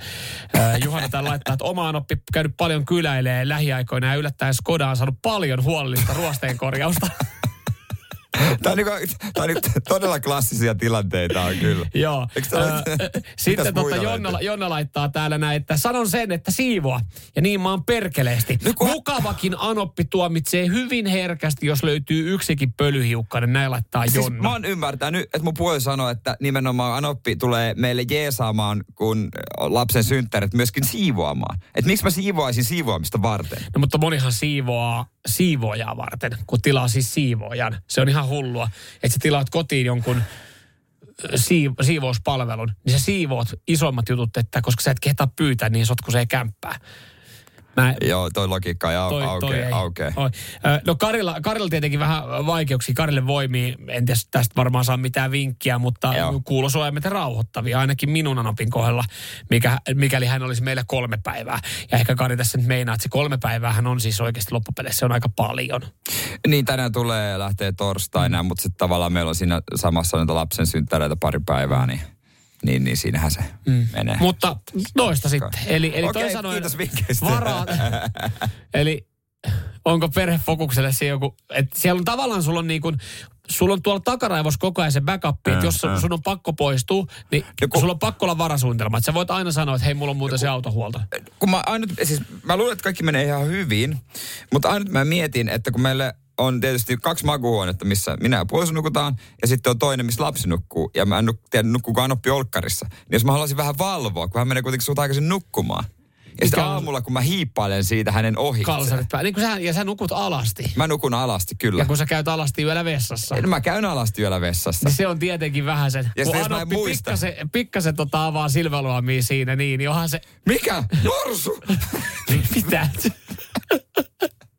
Speaker 3: Ö, Juhana täällä laittaa, että omaan oppi käynyt paljon kyläilee lähiaikoina ja yllättäen Skoda on saanut paljon huolellista ruosteenkorjausta.
Speaker 2: Tämä on, niinku, tää on niinku todella klassisia tilanteita on kyllä.
Speaker 3: Joo.
Speaker 2: Eikö tää ole-
Speaker 3: Ö, ö,
Speaker 2: Mitäs
Speaker 3: Sitten
Speaker 2: muita
Speaker 3: tota, Jonna,
Speaker 2: löytyy?
Speaker 3: Jonna laittaa täällä näin, että sanon sen, että siivoa. Ja niin mä oon perkeleesti.
Speaker 2: No kun-
Speaker 3: Mukavakin anoppi tuomitsee hyvin herkästi, jos löytyy yksikin pölyhiukkainen. Näin laittaa
Speaker 2: Siis
Speaker 3: Jonna.
Speaker 2: mä oon ymmärtänyt, että mun puoli sanoi, että nimenomaan Anoppi tulee meille jeesaamaan, kun on lapsen synttäret myöskin siivoamaan. Että miksi mä siivoaisin siivoamista varten?
Speaker 3: No, mutta monihan siivoaa siivoojaa varten, kun tilaa siis siivoojan. Se on ihan hullua, että sä tilaat kotiin jonkun siiv- siivouspalvelun, niin sä siivoot isommat jutut, että koska sä et kehtaa pyytää niin sotkuseen kämppää. Mä,
Speaker 2: Joo, toi logiikka ei au,
Speaker 3: toi,
Speaker 2: aukea.
Speaker 3: toi ei.
Speaker 2: aukea.
Speaker 3: Oi. Ö, No Karilla, Karilla tietenkin vähän vaikeuksia. Karille voimia. En tiedä, tästä varmaan saa mitään vinkkiä, mutta
Speaker 2: Joo.
Speaker 3: kuulosuojaimet rauhoittavia ainakin minun anopin kohdalla, mikä, mikäli hän olisi meillä kolme päivää. Ja ehkä Kari tässä nyt meinaa, että se kolme päivää hän on siis oikeasti loppupeleissä se on aika paljon.
Speaker 2: Niin tänään tulee ja lähtee torstaina, mutta sitten tavallaan meillä on siinä samassa näitä lapsen synttäreitä pari päivää, niin, niin, niin siinähän se mm. menee.
Speaker 3: Mutta noista sitten. Eli, eli
Speaker 2: Okei,
Speaker 3: toisin sanoen
Speaker 2: kiitos vinkkeistä.
Speaker 3: Varaa. eli onko perhefokukselle se joku, että siellä on tavallaan sulla on niin kuin, sulla on tuolla takaraivossa koko ajan se backup, että jos sun- sun on pakko poistua, niin
Speaker 2: Mm, Joku-
Speaker 3: sulla on pakko olla varasuunnitelma. Että sä voit aina sanoa, että hei, mulla on muuten se autohuolto.
Speaker 2: kun mä aina, siis mä luulen, että kaikki menee ihan hyvin, mutta aina mä mietin, että kun meillä on tietysti kaksi makuuhuonetta, missä minä ja puoliso nukutaan, ja sitten on toinen, missä lapsi nukkuu, ja mä en nuk, tiedä, nukkuukaan noppi olkkarissa. Niin jos mä haluaisin vähän valvoa, kun hän menee kuitenkin suut aikaisin nukkumaan. Ja sitten
Speaker 3: on-
Speaker 2: aamulla, kun mä hiippailen siitä hänen ohi.
Speaker 3: Kalsarit päällä. Niin kuin sä, ja sä nukut alasti.
Speaker 2: Mä nukun alasti, kyllä.
Speaker 3: Ja kun sä käyt alasti yöllä vessassa.
Speaker 2: En, mä käyn alasti yöllä vessassa.
Speaker 3: Niin se on tietenkin vähän sen.
Speaker 2: Ja
Speaker 3: kun
Speaker 2: sitten jos mä en
Speaker 3: Anoppi
Speaker 2: muista.
Speaker 3: pikkasen, pikkasen tota avaa silmäluomia siinä, niin, niin onhan se...
Speaker 2: Mikä? Norsu!
Speaker 3: Mitä?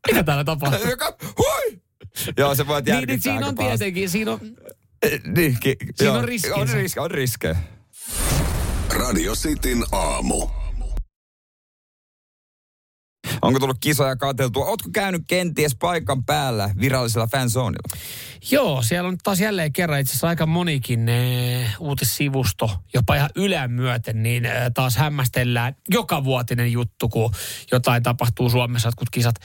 Speaker 3: Mitä täällä tapahtuu?
Speaker 2: Joka- Hui! Joo, se voi
Speaker 3: Niin, niin
Speaker 2: järkyttää
Speaker 3: siinä on
Speaker 2: aika pahasti.
Speaker 3: tietenkin, siinä on,
Speaker 2: Niin, ki-
Speaker 3: Siinä
Speaker 2: joo,
Speaker 3: on riskinsä.
Speaker 2: On riske, on riske.
Speaker 1: Radio Cityn aamu.
Speaker 2: Onko tullut kisoja katseltua? Ootko käynyt kenties paikan päällä virallisella fanzoneilla?
Speaker 3: joo, siellä on taas jälleen kerran itse asiassa aika monikin eh, uutissivusto, jopa ihan ylän myöten, niin eh, taas hämmästellään joka vuotinen juttu, kun jotain tapahtuu Suomessa, jotkut kisat.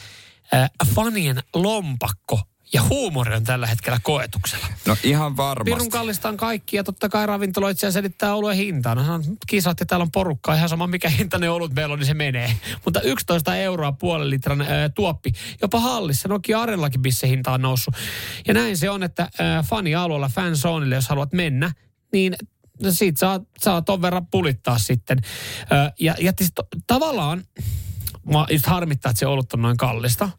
Speaker 3: Eh, fanien lompakko ja huumori on tällä hetkellä koetuksella.
Speaker 2: No ihan varmasti.
Speaker 3: Pirun kallista on kaikki ja totta kai ravintoloitsija selittää oluen hintaa. No sanon, kisat ja täällä on porukkaa ihan sama mikä hinta ne olut meillä on, niin se menee. Mutta 11 euroa puolen litran äh, tuoppi. Jopa hallissa, Nokia Arellakin bissehinta on noussut. Ja näin se on, että äh, fani-alueella, fanzoneille, jos haluat mennä, niin no siitä saa, saa ton verran pulittaa sitten. Äh, ja, ja siis to, tavallaan mua just harmittaa, että se olut on noin kallista.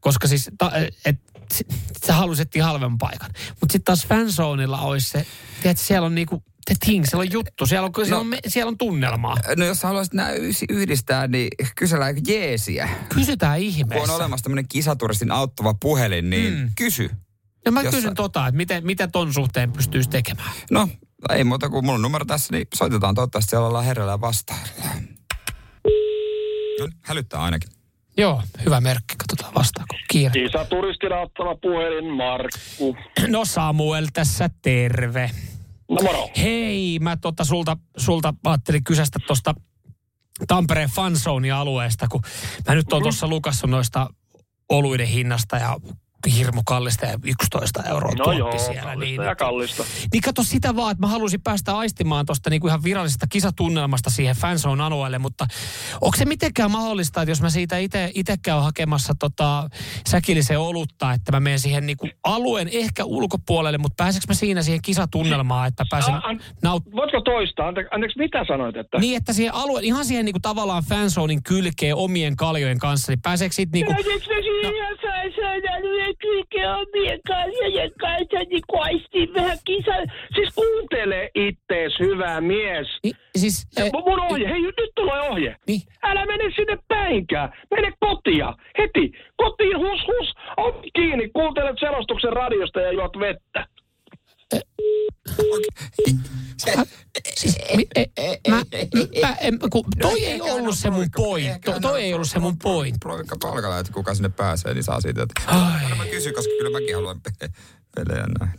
Speaker 3: Koska siis, ta, et, si- sä halusit halvemman paikan. Mutta sitten taas fanzoneilla olisi se, tiedätkö, siellä on niinku, the thing, siellä on juttu, siellä on, siellä on, me- siellä on tunnelmaa.
Speaker 2: No jos haluaisit nämä ysi- yhdistää, niin kysellään jeesiä.
Speaker 3: Kysytään
Speaker 2: Kun on
Speaker 3: ihmeessä.
Speaker 2: olemassa tämmöinen kisaturistin auttava puhelin, niin mm. kysy.
Speaker 3: Ja mä
Speaker 2: jossain.
Speaker 3: kysyn tota, että miten, mitä ton suhteen pystyisi tekemään.
Speaker 2: No, ei muuta kuin mulla on numero tässä, niin soitetaan toivottavasti siellä ollaan herrellä ja vastaillaan. No, hälyttää ainakin.
Speaker 3: Joo, hyvä merkki, katsotaan vastaako kiire.
Speaker 6: Kisaturistin auttava puhelin, Markku.
Speaker 3: No Samuel tässä, terve.
Speaker 6: No moro.
Speaker 3: Hei, mä tota sulta, sulta ajattelin kysästä tuosta Tampereen fanzone-alueesta, kun mä nyt
Speaker 6: Mm-hmm.
Speaker 3: oon tuossa lukassa noista oluiden hinnasta ja hirmu kallista ja 11 euroa
Speaker 6: No
Speaker 3: tuoppi
Speaker 6: joo,
Speaker 3: siellä.
Speaker 6: kallista ja kallista.
Speaker 3: Niin kato sitä vaan, että mä halusin päästä aistimaan tuosta niinku ihan virallisesta kisatunnelmasta siihen fanzone alueelle, mutta onko se mitenkään mahdollista, että jos mä siitä itse käyn hakemassa tota säkillisen olutta, että mä menen siihen niinku alueen ehkä ulkopuolelle, mutta pääseekö mä siinä siihen kisatunnelmaan, että mä pääsen
Speaker 6: A- an-
Speaker 3: nauttimaan?
Speaker 6: Voitko toistaa? Ante- Anteeksi, mitä sanoit? Että...
Speaker 3: Niin, että siihen alue, ihan siihen niinku tavallaan fanzonin kylkeen omien kaljojen kanssa, niin pääseekö siitä
Speaker 6: No,
Speaker 3: niinku...
Speaker 7: Pääseekö mä siinä
Speaker 6: niin
Speaker 7: fansonalueen kylkeen omien kaljojen kanssa, niin kun aistin vähän kisan?
Speaker 6: Siis kuuntele ittees, hyvä mies.
Speaker 3: Niin, siis, eh,
Speaker 6: Mun- Mun ohje, hei nyt tulee ohje.
Speaker 3: Niin.
Speaker 6: Älä mene sinne päinkään, mene kotia, heti. Kotiin, hus hus, on kiinni, kuuntelet selostuksen radiosta ja juot vettä.
Speaker 3: siis, mi- eh, eh, mä, mä, en- kun toi ei ollut se mun pointti. Toi ei ollut se mun pointti.
Speaker 2: Proikka palkalla, että kuka sinne pääsee, niin saa siitä. Että...
Speaker 3: Ah!
Speaker 2: Mä kysyn, koska kyllä mäkin haluan pe- pelejä nähdä.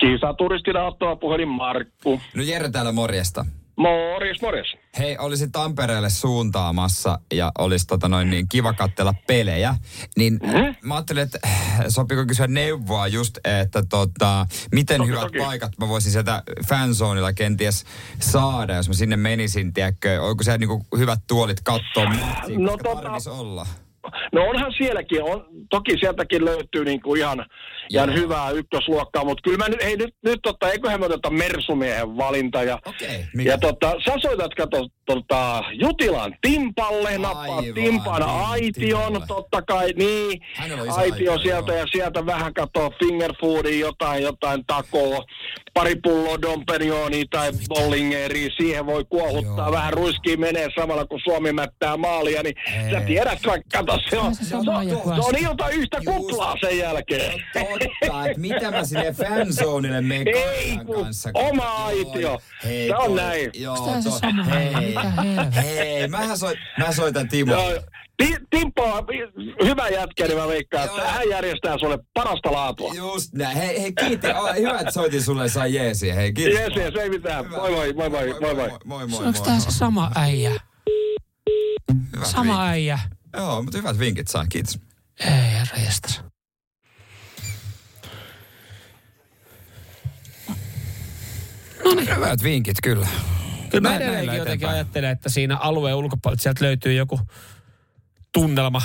Speaker 6: Kisaturistin auttava puhelin, Markku.
Speaker 2: No Jere täällä morjesta.
Speaker 6: Morjes, morjes.
Speaker 2: Hei, olisin Tampereelle suuntaamassa ja olisi tota noin niin kiva katsella pelejä. Niin
Speaker 6: Mm-hmm.
Speaker 2: mä ajattelin, että äh, sopiko kysyä neuvoa just, että tota, miten toki, hyvät toki.
Speaker 6: toki.
Speaker 2: paikat mä voisin sieltä fanzoneilla kenties saada, jos mä sinne menisin, tiedätkö, onko siellä niinku hyvät tuolit kattoon, no,
Speaker 6: No
Speaker 2: koska
Speaker 6: tota-
Speaker 2: tarvis olla.
Speaker 6: No onhan sielläkin, on, toki sieltäkin löytyy niin kuin ihan, ihan
Speaker 2: Joo.
Speaker 6: hyvää ykkösluokkaa, mutta kyllä mä nyt, ei, nyt, nyt totta, eiköhän me oteta Mersumiehen valinta ja
Speaker 2: Okei.
Speaker 6: ja tota, sä soitat kato tota, Jutilan timpalle, nappaa
Speaker 2: Aivan,
Speaker 6: timpan
Speaker 2: niin,
Speaker 6: aition,
Speaker 2: timpalle.
Speaker 6: totta kai, niin,
Speaker 2: Hänellä on iso
Speaker 6: aitio
Speaker 2: aitio,
Speaker 6: sieltä
Speaker 2: joo.
Speaker 6: ja sieltä vähän kato fingerfoodia, jotain, jotain takoa, pari pulloa domperioni tai bollingeri, siihen voi kuohuttaa,
Speaker 2: Joo.
Speaker 6: vähän ruiskiin menee samalla kun Suomi mättää maalia, niin
Speaker 2: Ei.
Speaker 6: sä tiedät, sä kato, se on,
Speaker 3: se
Speaker 6: se, se,
Speaker 3: sama
Speaker 6: on-
Speaker 3: joku
Speaker 6: se on
Speaker 3: asia.
Speaker 6: ilta yhtä
Speaker 2: Just.
Speaker 6: kuplaa sen jälkeen.
Speaker 2: Totta, että mitä mä sinne fanzoneille menen
Speaker 6: Ei,
Speaker 2: Karjan
Speaker 6: kun
Speaker 2: kanssa.
Speaker 6: oma
Speaker 2: Joo,
Speaker 6: aitio.
Speaker 2: hei,
Speaker 6: Se on
Speaker 2: toi-
Speaker 6: näin.
Speaker 2: Joo,
Speaker 3: Onks tää se
Speaker 2: toi-
Speaker 3: sama?
Speaker 2: Hei,
Speaker 3: Mitä helvettiä?
Speaker 2: hei, mähän soit, mä soitan Timo.
Speaker 6: Joo, Ti- Timpo on hyvä jätkä, niin mä veikkaan, että
Speaker 2: Joo.
Speaker 6: hän järjestää sulle parasta laatua.
Speaker 2: Just näin. Hei, hei kiitos. Oh, hyvä, että soitin sulle ja sain jeesiä. Hei, kiitos.
Speaker 6: Jees, jees, ei mitään. Moi moi, moi moi, moi moi.
Speaker 2: Moi, moi,
Speaker 3: Onko
Speaker 2: moi.
Speaker 3: tämä se sama äijä?
Speaker 2: Hyvät
Speaker 3: Sama
Speaker 2: vinkit.
Speaker 3: äijä.
Speaker 2: Joo, mutta hyvät vinkit sain, kiitos.
Speaker 3: Ei järjestä. No niin.
Speaker 2: Hyvät vinkit, kyllä.
Speaker 3: Kyllä mä
Speaker 2: Näin- näillä
Speaker 3: edelleenkin jotenkin
Speaker 2: eteenpäin.
Speaker 3: ajattelen, että siinä alueen ulkopuolelta sieltä löytyy joku tunnelma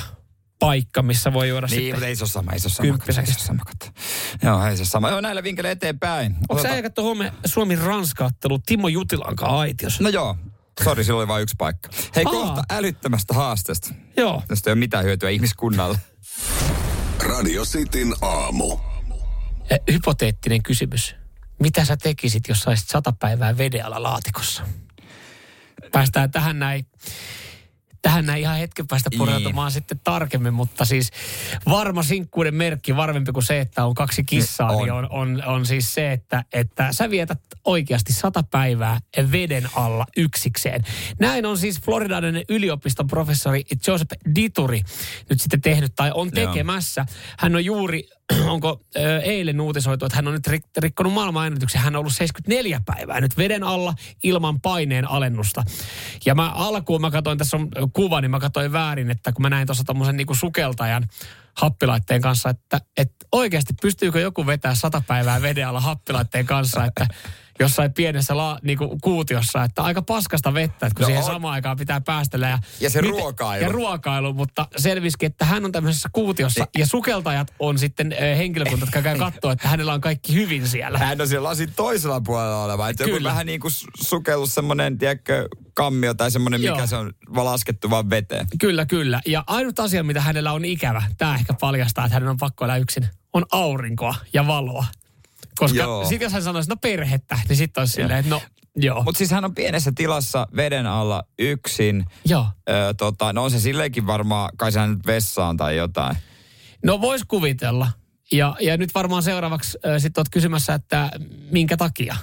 Speaker 3: paikka, missä voi juoda
Speaker 2: Niin, mutta
Speaker 3: sitten.
Speaker 2: ei se ole sama, ei se ole sama.
Speaker 3: Kymppiseksi.
Speaker 2: Ei se ole sama. katso. Joo, ei se ole sama. Joo, näillä vinkkeillä eteenpäin.
Speaker 3: Onko sä
Speaker 2: Oteta-
Speaker 3: äijä katso huomenna Suomen Ranskaattelu Timo Jutilankaan aitiossa?
Speaker 2: No joo, sori, silloin oli vain yksi paikka. Hei,
Speaker 3: Aa.
Speaker 2: kohta älyttömästä haasteesta.
Speaker 3: Joo.
Speaker 2: Tästä ei ole mitään hyötyä ihmiskunnalle.
Speaker 1: Radio Cityn aamu.
Speaker 3: Eh, Hypoteettinen kysymys. Mitä sä tekisit, jos saisit sata päivää veden alla laatikossa? Päästään tähän näin. Tähän näin ihan hetken päästä pureutumaan sitten tarkemmin, mutta siis varma sinkkuuden merkki, varmempi kuin se, että on kaksi kissaa,
Speaker 2: On.
Speaker 3: on. niin on, on, on siis se, että, että sä vietät oikeasti sata päivää veden alla yksikseen. Näin on siis Floridainen yliopiston professori Joseph Dituri nyt sitten tehnyt tai on
Speaker 2: Joo.
Speaker 3: tekemässä. Hän on juuri, onko ö, eilen uutisoitu, että hän on nyt rik- rikkonut maailmanennätyksen. Hän on ollut 74 päivää nyt veden alla ilman paineen alennusta. Ja mä alkuun, mä katsoin, tässä on kuva, niin mä katsoin väärin, että kun mä näin tuossa tommosen niinku sukeltajan happilaitteen kanssa, että, että oikeasti pystyykö joku vetää sata päivää veden alla happilaitteen kanssa, että jossain pienessä la, niinku kuutiossa, että aika paskasta vettä, että kun
Speaker 2: No
Speaker 3: no, siihen
Speaker 2: on.
Speaker 3: samaan aikaan pitää päästellä. Ja,
Speaker 2: Ja se ruokailu.
Speaker 3: Ja ruokailu, mutta selviskin, että hän on tämmöisessä kuutiossa
Speaker 2: Niin.
Speaker 3: ja sukeltajat on sitten eh, henkilökunta, jotka käy katsoa, että hänellä on kaikki hyvin siellä.
Speaker 2: Hän on siellä lasin toisella puolella oleva. Että joku
Speaker 3: Kyllä.
Speaker 2: vähän niin kuin sukellus semmoinen, tiedätkö, kammio tai semmoinen, mikä
Speaker 3: Joo.
Speaker 2: se on vaan laskettu vaan veteen.
Speaker 3: Kyllä, kyllä. Ja ainut asia, mitä hänellä on ikävä, tämä ehkä paljastaa, että hänen on pakko elää yksin, on aurinkoa ja valoa. Koska
Speaker 2: Joo.
Speaker 3: sitten jos hän sanoisi, no perhettä, niin sitten olisi silleen, että no joo.
Speaker 2: Mutta siis hän on pienessä tilassa veden alla yksin.
Speaker 3: joo.
Speaker 2: Öö, tota, no on se silleenkin varmaan, kai sehän nyt vessaan tai jotain.
Speaker 3: No vois kuvitella. Ja, ja nyt varmaan seuraavaksi äh, sitten oot kysymässä, että minkä takia.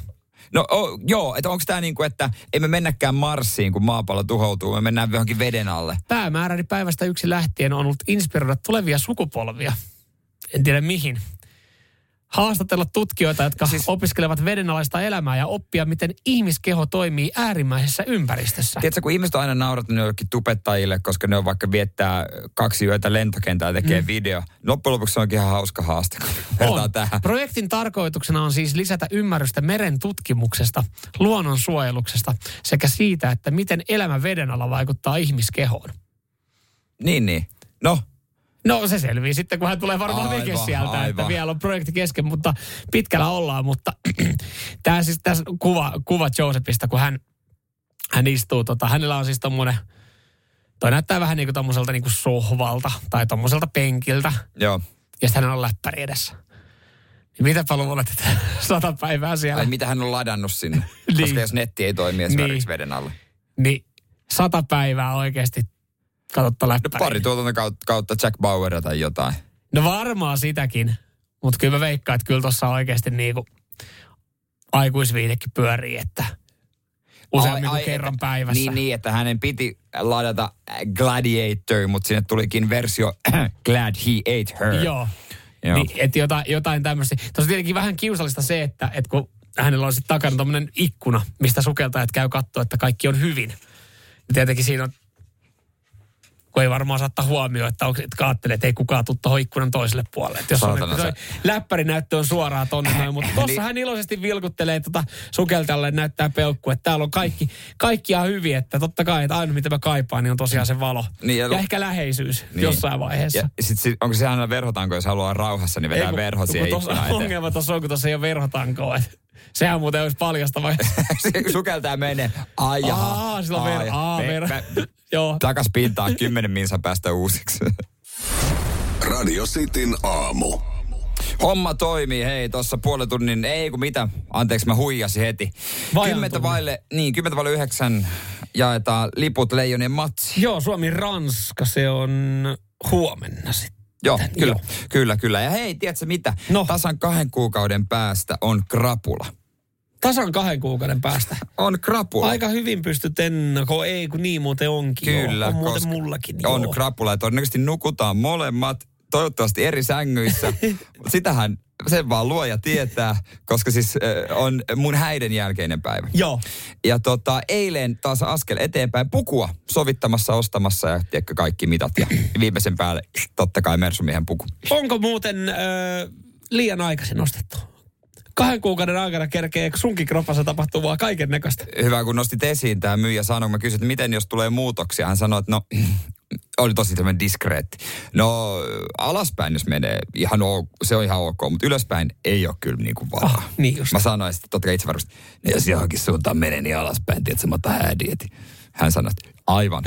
Speaker 2: No o, joo, että onko tämä niin kuin, että ei me mennäkään Marsiin, kun maapallo tuhoutuu, me mennään johonkin veden alle.
Speaker 3: päämääräni päivästä yksi lähtien on ollut inspiroida tulevia sukupolvia. En tiedä mihin. Haastatella tutkijoita, jotka siis... opiskelevat vedenalaista elämää ja oppia, miten ihmiskeho toimii äärimmäisessä ympäristössä.
Speaker 2: Tiedätkö, kun ihmiset on aina naurattanut jollekin tubettajille, koska ne on vaikka viettää kaksi yötä lentokentällä ja tekee mm. video. Loppujen lopuksi se onkin ihan hauska haaste, kun vertaa
Speaker 3: On.
Speaker 2: tähän.
Speaker 3: Projektin tarkoituksena on siis lisätä ymmärrystä meren tutkimuksesta, luonnonsuojeluksesta sekä siitä, että miten elämä veden alla vaikuttaa ihmiskehoon.
Speaker 2: Niin, niin. No,
Speaker 3: No se selvii sitten, kun hän tulee varmaan
Speaker 2: Aivan,
Speaker 3: veke sieltä, että
Speaker 2: aivan.
Speaker 3: vielä on projekti kesken, mutta pitkällä ollaan. Mutta tämä siis tässä kuva, kuva Josephista, kun hän, hän istuu, tota, hänellä on siis tommonen, toi näyttää vähän niin kuin tommoselta niin kuin sohvalta tai tommoselta penkiltä,
Speaker 2: joo.
Speaker 3: ja sitten hänellä on läppäri edessä. Niin mitäpä luulet, että sata päivää siellä,
Speaker 2: Ai niin. mitä hän on ladannut sinne?
Speaker 3: Äh. Niin.
Speaker 2: Koska jos netti ei toimi esimerkiksi
Speaker 3: Niin.
Speaker 2: veden alle.
Speaker 3: niin sata päivää oikeasti katsotta
Speaker 2: No
Speaker 3: läppäriä.
Speaker 2: pari tuotannon kautta, kautta Jack Baueria tai jotain.
Speaker 3: No varmaan sitäkin, mutta kyllä mä veikkaan, että kyllä tuossa oikeasti niinku aikuisviidekin pyörii, että useammin
Speaker 2: Ai-
Speaker 3: kuin
Speaker 2: ai,
Speaker 3: kerran
Speaker 2: että-
Speaker 3: päivässä.
Speaker 2: Niin, niin, että hänen piti ladata Gladiator, mutta sinne tulikin versio Glad he ate her.
Speaker 3: Joo.
Speaker 2: Joo.
Speaker 3: Niin, että jotain, jotain tämmöistä. Tuossa tietenkin vähän kiusallista se, että, että kun hänellä on sitten takana tämmöinen ikkuna, mistä sukeltajat käy katsoa, että kaikki on hyvin. Ja Tietenkin siinä on, kun kun ei varmaan saattaa huomioon, että, onko, että kaattelee, että ei kukaan tule tuohon ikkunan toiselle puolelle. Että jos on,
Speaker 2: Saatana
Speaker 3: että toi läppärinäyttö on suoraan tonne noin, mutta tossa hän iloisesti vilkuttelee tota sukeltajalle ja näyttää peukku, että täällä on kaikki, kaikki ihan hyvin, että totta kai, että aina mitä mä kaipaan, niin on tosiaan se valo.
Speaker 2: Niin,
Speaker 3: Niin,
Speaker 2: ja-
Speaker 3: ja, ehkä läheisyys
Speaker 2: Niin.
Speaker 3: niin. jossain vaiheessa.
Speaker 2: Ja sit, sit, onko se aina verhotanko, jos haluaa rauhassa, niin vetää
Speaker 3: kun-
Speaker 2: verho
Speaker 3: kun
Speaker 2: siihen
Speaker 3: tossa-
Speaker 2: ikkunan eteen.
Speaker 3: Ongelma tuossa on, kun tuossa ei ole verhotankoa. et Sehän muuten olisi paljastava.
Speaker 2: Se Sukeltaa menee. Ai jaha.
Speaker 3: Aa, sillä on
Speaker 2: Ai,
Speaker 3: ver- aa,
Speaker 2: me-
Speaker 3: ver-
Speaker 2: me-
Speaker 3: Joo.
Speaker 2: Takas pintaan kymmenen minsan päästä uusiksi.
Speaker 1: Radio Cityn aamu.
Speaker 2: Homma toimii, hei, tuossa puolen tunnin, ei kun mitä, anteeksi mä huijasin heti.
Speaker 3: Vajaan
Speaker 2: Kymmentä
Speaker 3: tunnin.
Speaker 2: vaille, niin, kymmentä vaille yhdeksän jaetaan liput leijonien matsi.
Speaker 3: Joo, Suomi-Ranska, se on huomenna sitten.
Speaker 2: Joo, kyllä,
Speaker 3: Joo.
Speaker 2: kyllä, kyllä. Ja hei, tiedätkö mitä? No.
Speaker 3: No.
Speaker 2: Tasan kahden kuukauden päästä on krapula.
Speaker 3: Tasan kahden kuukauden päästä.
Speaker 2: On krapula.
Speaker 3: Aika hyvin pystyt ennako, ei kun niin muuten onkin.
Speaker 2: Kyllä.
Speaker 3: joo. On muuten
Speaker 2: koska
Speaker 3: mullakin.
Speaker 2: On
Speaker 3: joo.
Speaker 2: krapula ja todennäköisesti nukutaan molemmat, toivottavasti eri sängyissä. Mut Sitähän sen vaan luoja tietää, koska siis äh, on mun häiden jälkeinen päivä.
Speaker 3: Joo.
Speaker 2: Ja tota, eilen taas askel eteenpäin pukua sovittamassa, ostamassa ja tiedätkö, kaikki mitat. Ja viimeisen päälle totta kai Mersumiehen puku.
Speaker 3: Onko muuten ö, liian aikaisin nostettu? Kahden kuukauden aikana kerkee sunkin kroppassa tapahtuvaa kaiken näköistä.
Speaker 2: Hyvä, kun nostit esiin tämä myyjä sanoi, kun mä kysyin, että miten jos tulee muutoksia. Hän sanoi, että no, oli tosi tämmöinen diskreetti. No, alaspäin jos menee, ihan ok, se on ihan ok, mutta ylöspäin ei ole kyllä niin kuin varaa.
Speaker 3: Ah, niin just.
Speaker 2: Mä sanoin sitten totta kai itse varmasti, no jos johonkin suuntaan menee, niin alaspäin, tiedätkö, mä otan häädieti. Hän sanoi, että aivan.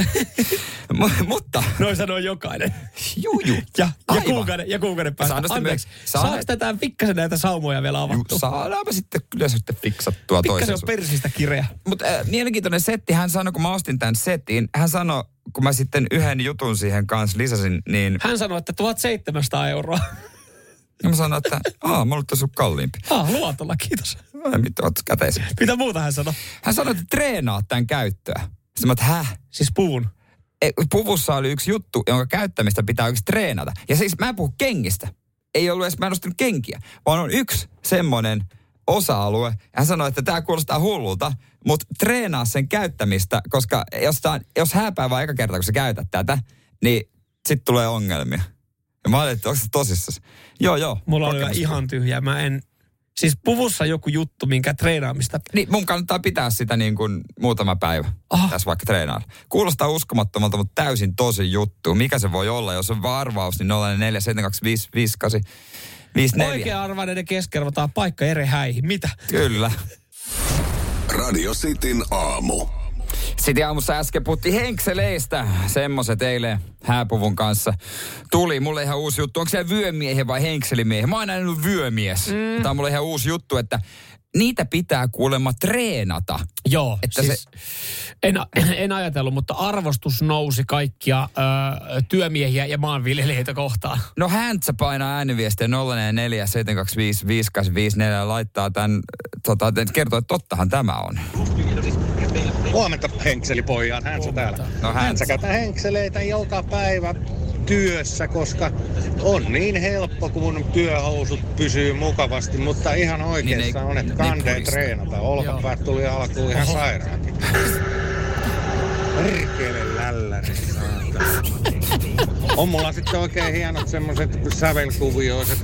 Speaker 2: M- mutta,
Speaker 3: Noin sanoo jokainen.
Speaker 2: juu, juu.
Speaker 3: No, Ja, ja,
Speaker 2: aivan.
Speaker 3: kuukauden, ja kuukauden päästä.
Speaker 2: Saan tästä
Speaker 3: Anteeksi,
Speaker 2: myös- saan-
Speaker 3: saako tätä pikkasen näitä saumoja vielä avattua?
Speaker 2: Juu, Saadaanpa sitten kyllä sitten fiksattua
Speaker 3: Pikkasen
Speaker 2: toisen
Speaker 3: on
Speaker 2: suuntaan.
Speaker 3: persistä kireä.
Speaker 2: Mutta äh, mielenkiintoinen setti, hän sanoi, kun mä ostin tämän setin, hän sanoi, kun mä sitten yhden jutun siihen kanssa lisäsin, niin
Speaker 3: Hän sanoi, että 1700 euroa.
Speaker 2: ja mä sanoin, että aah, mä oon tässä kalliimpi.
Speaker 3: Ah, luotolla, kiitos.
Speaker 2: Ai mitä, oot käteisen.
Speaker 3: Mitä muuta hän sanoi?
Speaker 2: Hän sanoi, että treenaa tämän käyttöä. Sitten mä, että häh?
Speaker 3: Siis puun.
Speaker 2: E, Puvussa oli yksi juttu, jonka käyttämistä pitää yksi treenata. Ja siis mä en puhu kengistä. Ei ollut edes, mä en ostanut kenkiä, vaan on yksi semmoinen osa-alue. Hän sanoi, että tämä kuulostaa hullulta, mutta treenaa sen käyttämistä, koska jos, tää, on- jos hääpää vaan eka kerta, kun sä käytät tätä, niin sitten tulee ongelmia. Ja mä olin, että onko se tosissaan? Joo, joo.
Speaker 3: Mulla oli
Speaker 2: Kokemus.
Speaker 3: ihan tyhjää. Mä en... Siis puvussa joku juttu, minkä treenaamista...
Speaker 2: Niin, mun kannattaa pitää sitä niin kuin muutama päivä oh.
Speaker 3: Ah.
Speaker 2: tässä vaikka treenailla. Kuulostaa uskomattomalta, mutta täysin tosi juttu. Mikä se voi olla, jos on varvaus, niin 04 725 5854.
Speaker 3: Oikea arvainen keskervataan paikka eri häihin. Mitä?
Speaker 2: Kyllä.
Speaker 1: Radio Cityn aamu.
Speaker 2: Sitten aamussa äsken putti henkseleistä. Semmoset eilen hääpuvun kanssa tuli. Mulle ihan uusi juttu. Onko se vyömiehen vai henkselimiehen? Mä oon aina ollut vyömies. Mm. Tämä on mulle ihan uusi juttu, että niitä pitää kuulemma treenata.
Speaker 3: Joo,
Speaker 2: Että
Speaker 3: että siis, en, en ajatellut, mutta arvostus nousi kaikkia ö, työmiehiä ja maanviljelijöitä kohtaan.
Speaker 2: No häntsä painaa ääniviestiä 044 725 5854 ja laittaa tämän, tota, että kertoo, että tottahan tämä on.
Speaker 8: Huomenta henkselipojan, hän se täällä.
Speaker 2: No
Speaker 8: Hän
Speaker 2: häntsä.
Speaker 8: käytän henkseleitä joka päivä työssä, koska on niin helppo, kun mun työhousut pysyy mukavasti, mutta ihan oikeassa
Speaker 2: Niin ei-
Speaker 8: on, että
Speaker 2: niin
Speaker 8: kande ei
Speaker 2: purista.
Speaker 8: treenata. Olkapäät tuli alkuun ihan sairaan. Perkele lälläri. saatana. On mulla sitten oikein hienot semmoset sävelkuvioiset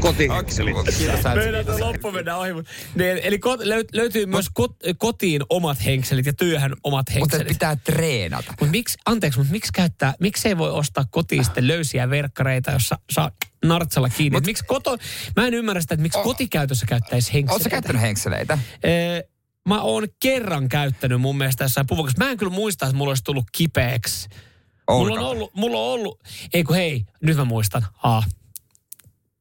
Speaker 8: kotihenkselit.
Speaker 2: Kiitos, Häntsä.
Speaker 3: Meidän loppu mennä ohi. Mutta, niin, eli kot, löyt, löytyy myös kot, kotiin omat henkselit ja työhön omat
Speaker 2: Mutta
Speaker 3: henkselit.
Speaker 2: pitää treenata.
Speaker 3: Mut miksi, anteeksi, mutta miksi käyttää, miksi ei voi ostaa kotiin sitten löysiä verkkareita, jossa saa nartsalla kiinni? Mut, miksi koto, mä en ymmärrä sitä, että miksi
Speaker 2: O-
Speaker 3: kotikäytössä käyttäisi
Speaker 2: Oletko sä
Speaker 3: henkseleitä.
Speaker 2: käyttänyt henkseleitä?
Speaker 3: Ee, mä oon kerran käyttänyt mun mielestä jossain puvukas. Mä en kyllä muista, että mulla olisi tullut kipeäksi. Mulla on
Speaker 2: Olkaa.
Speaker 3: ollut, mulla on ollut, ei kun hei, nyt mä muistan. Aa.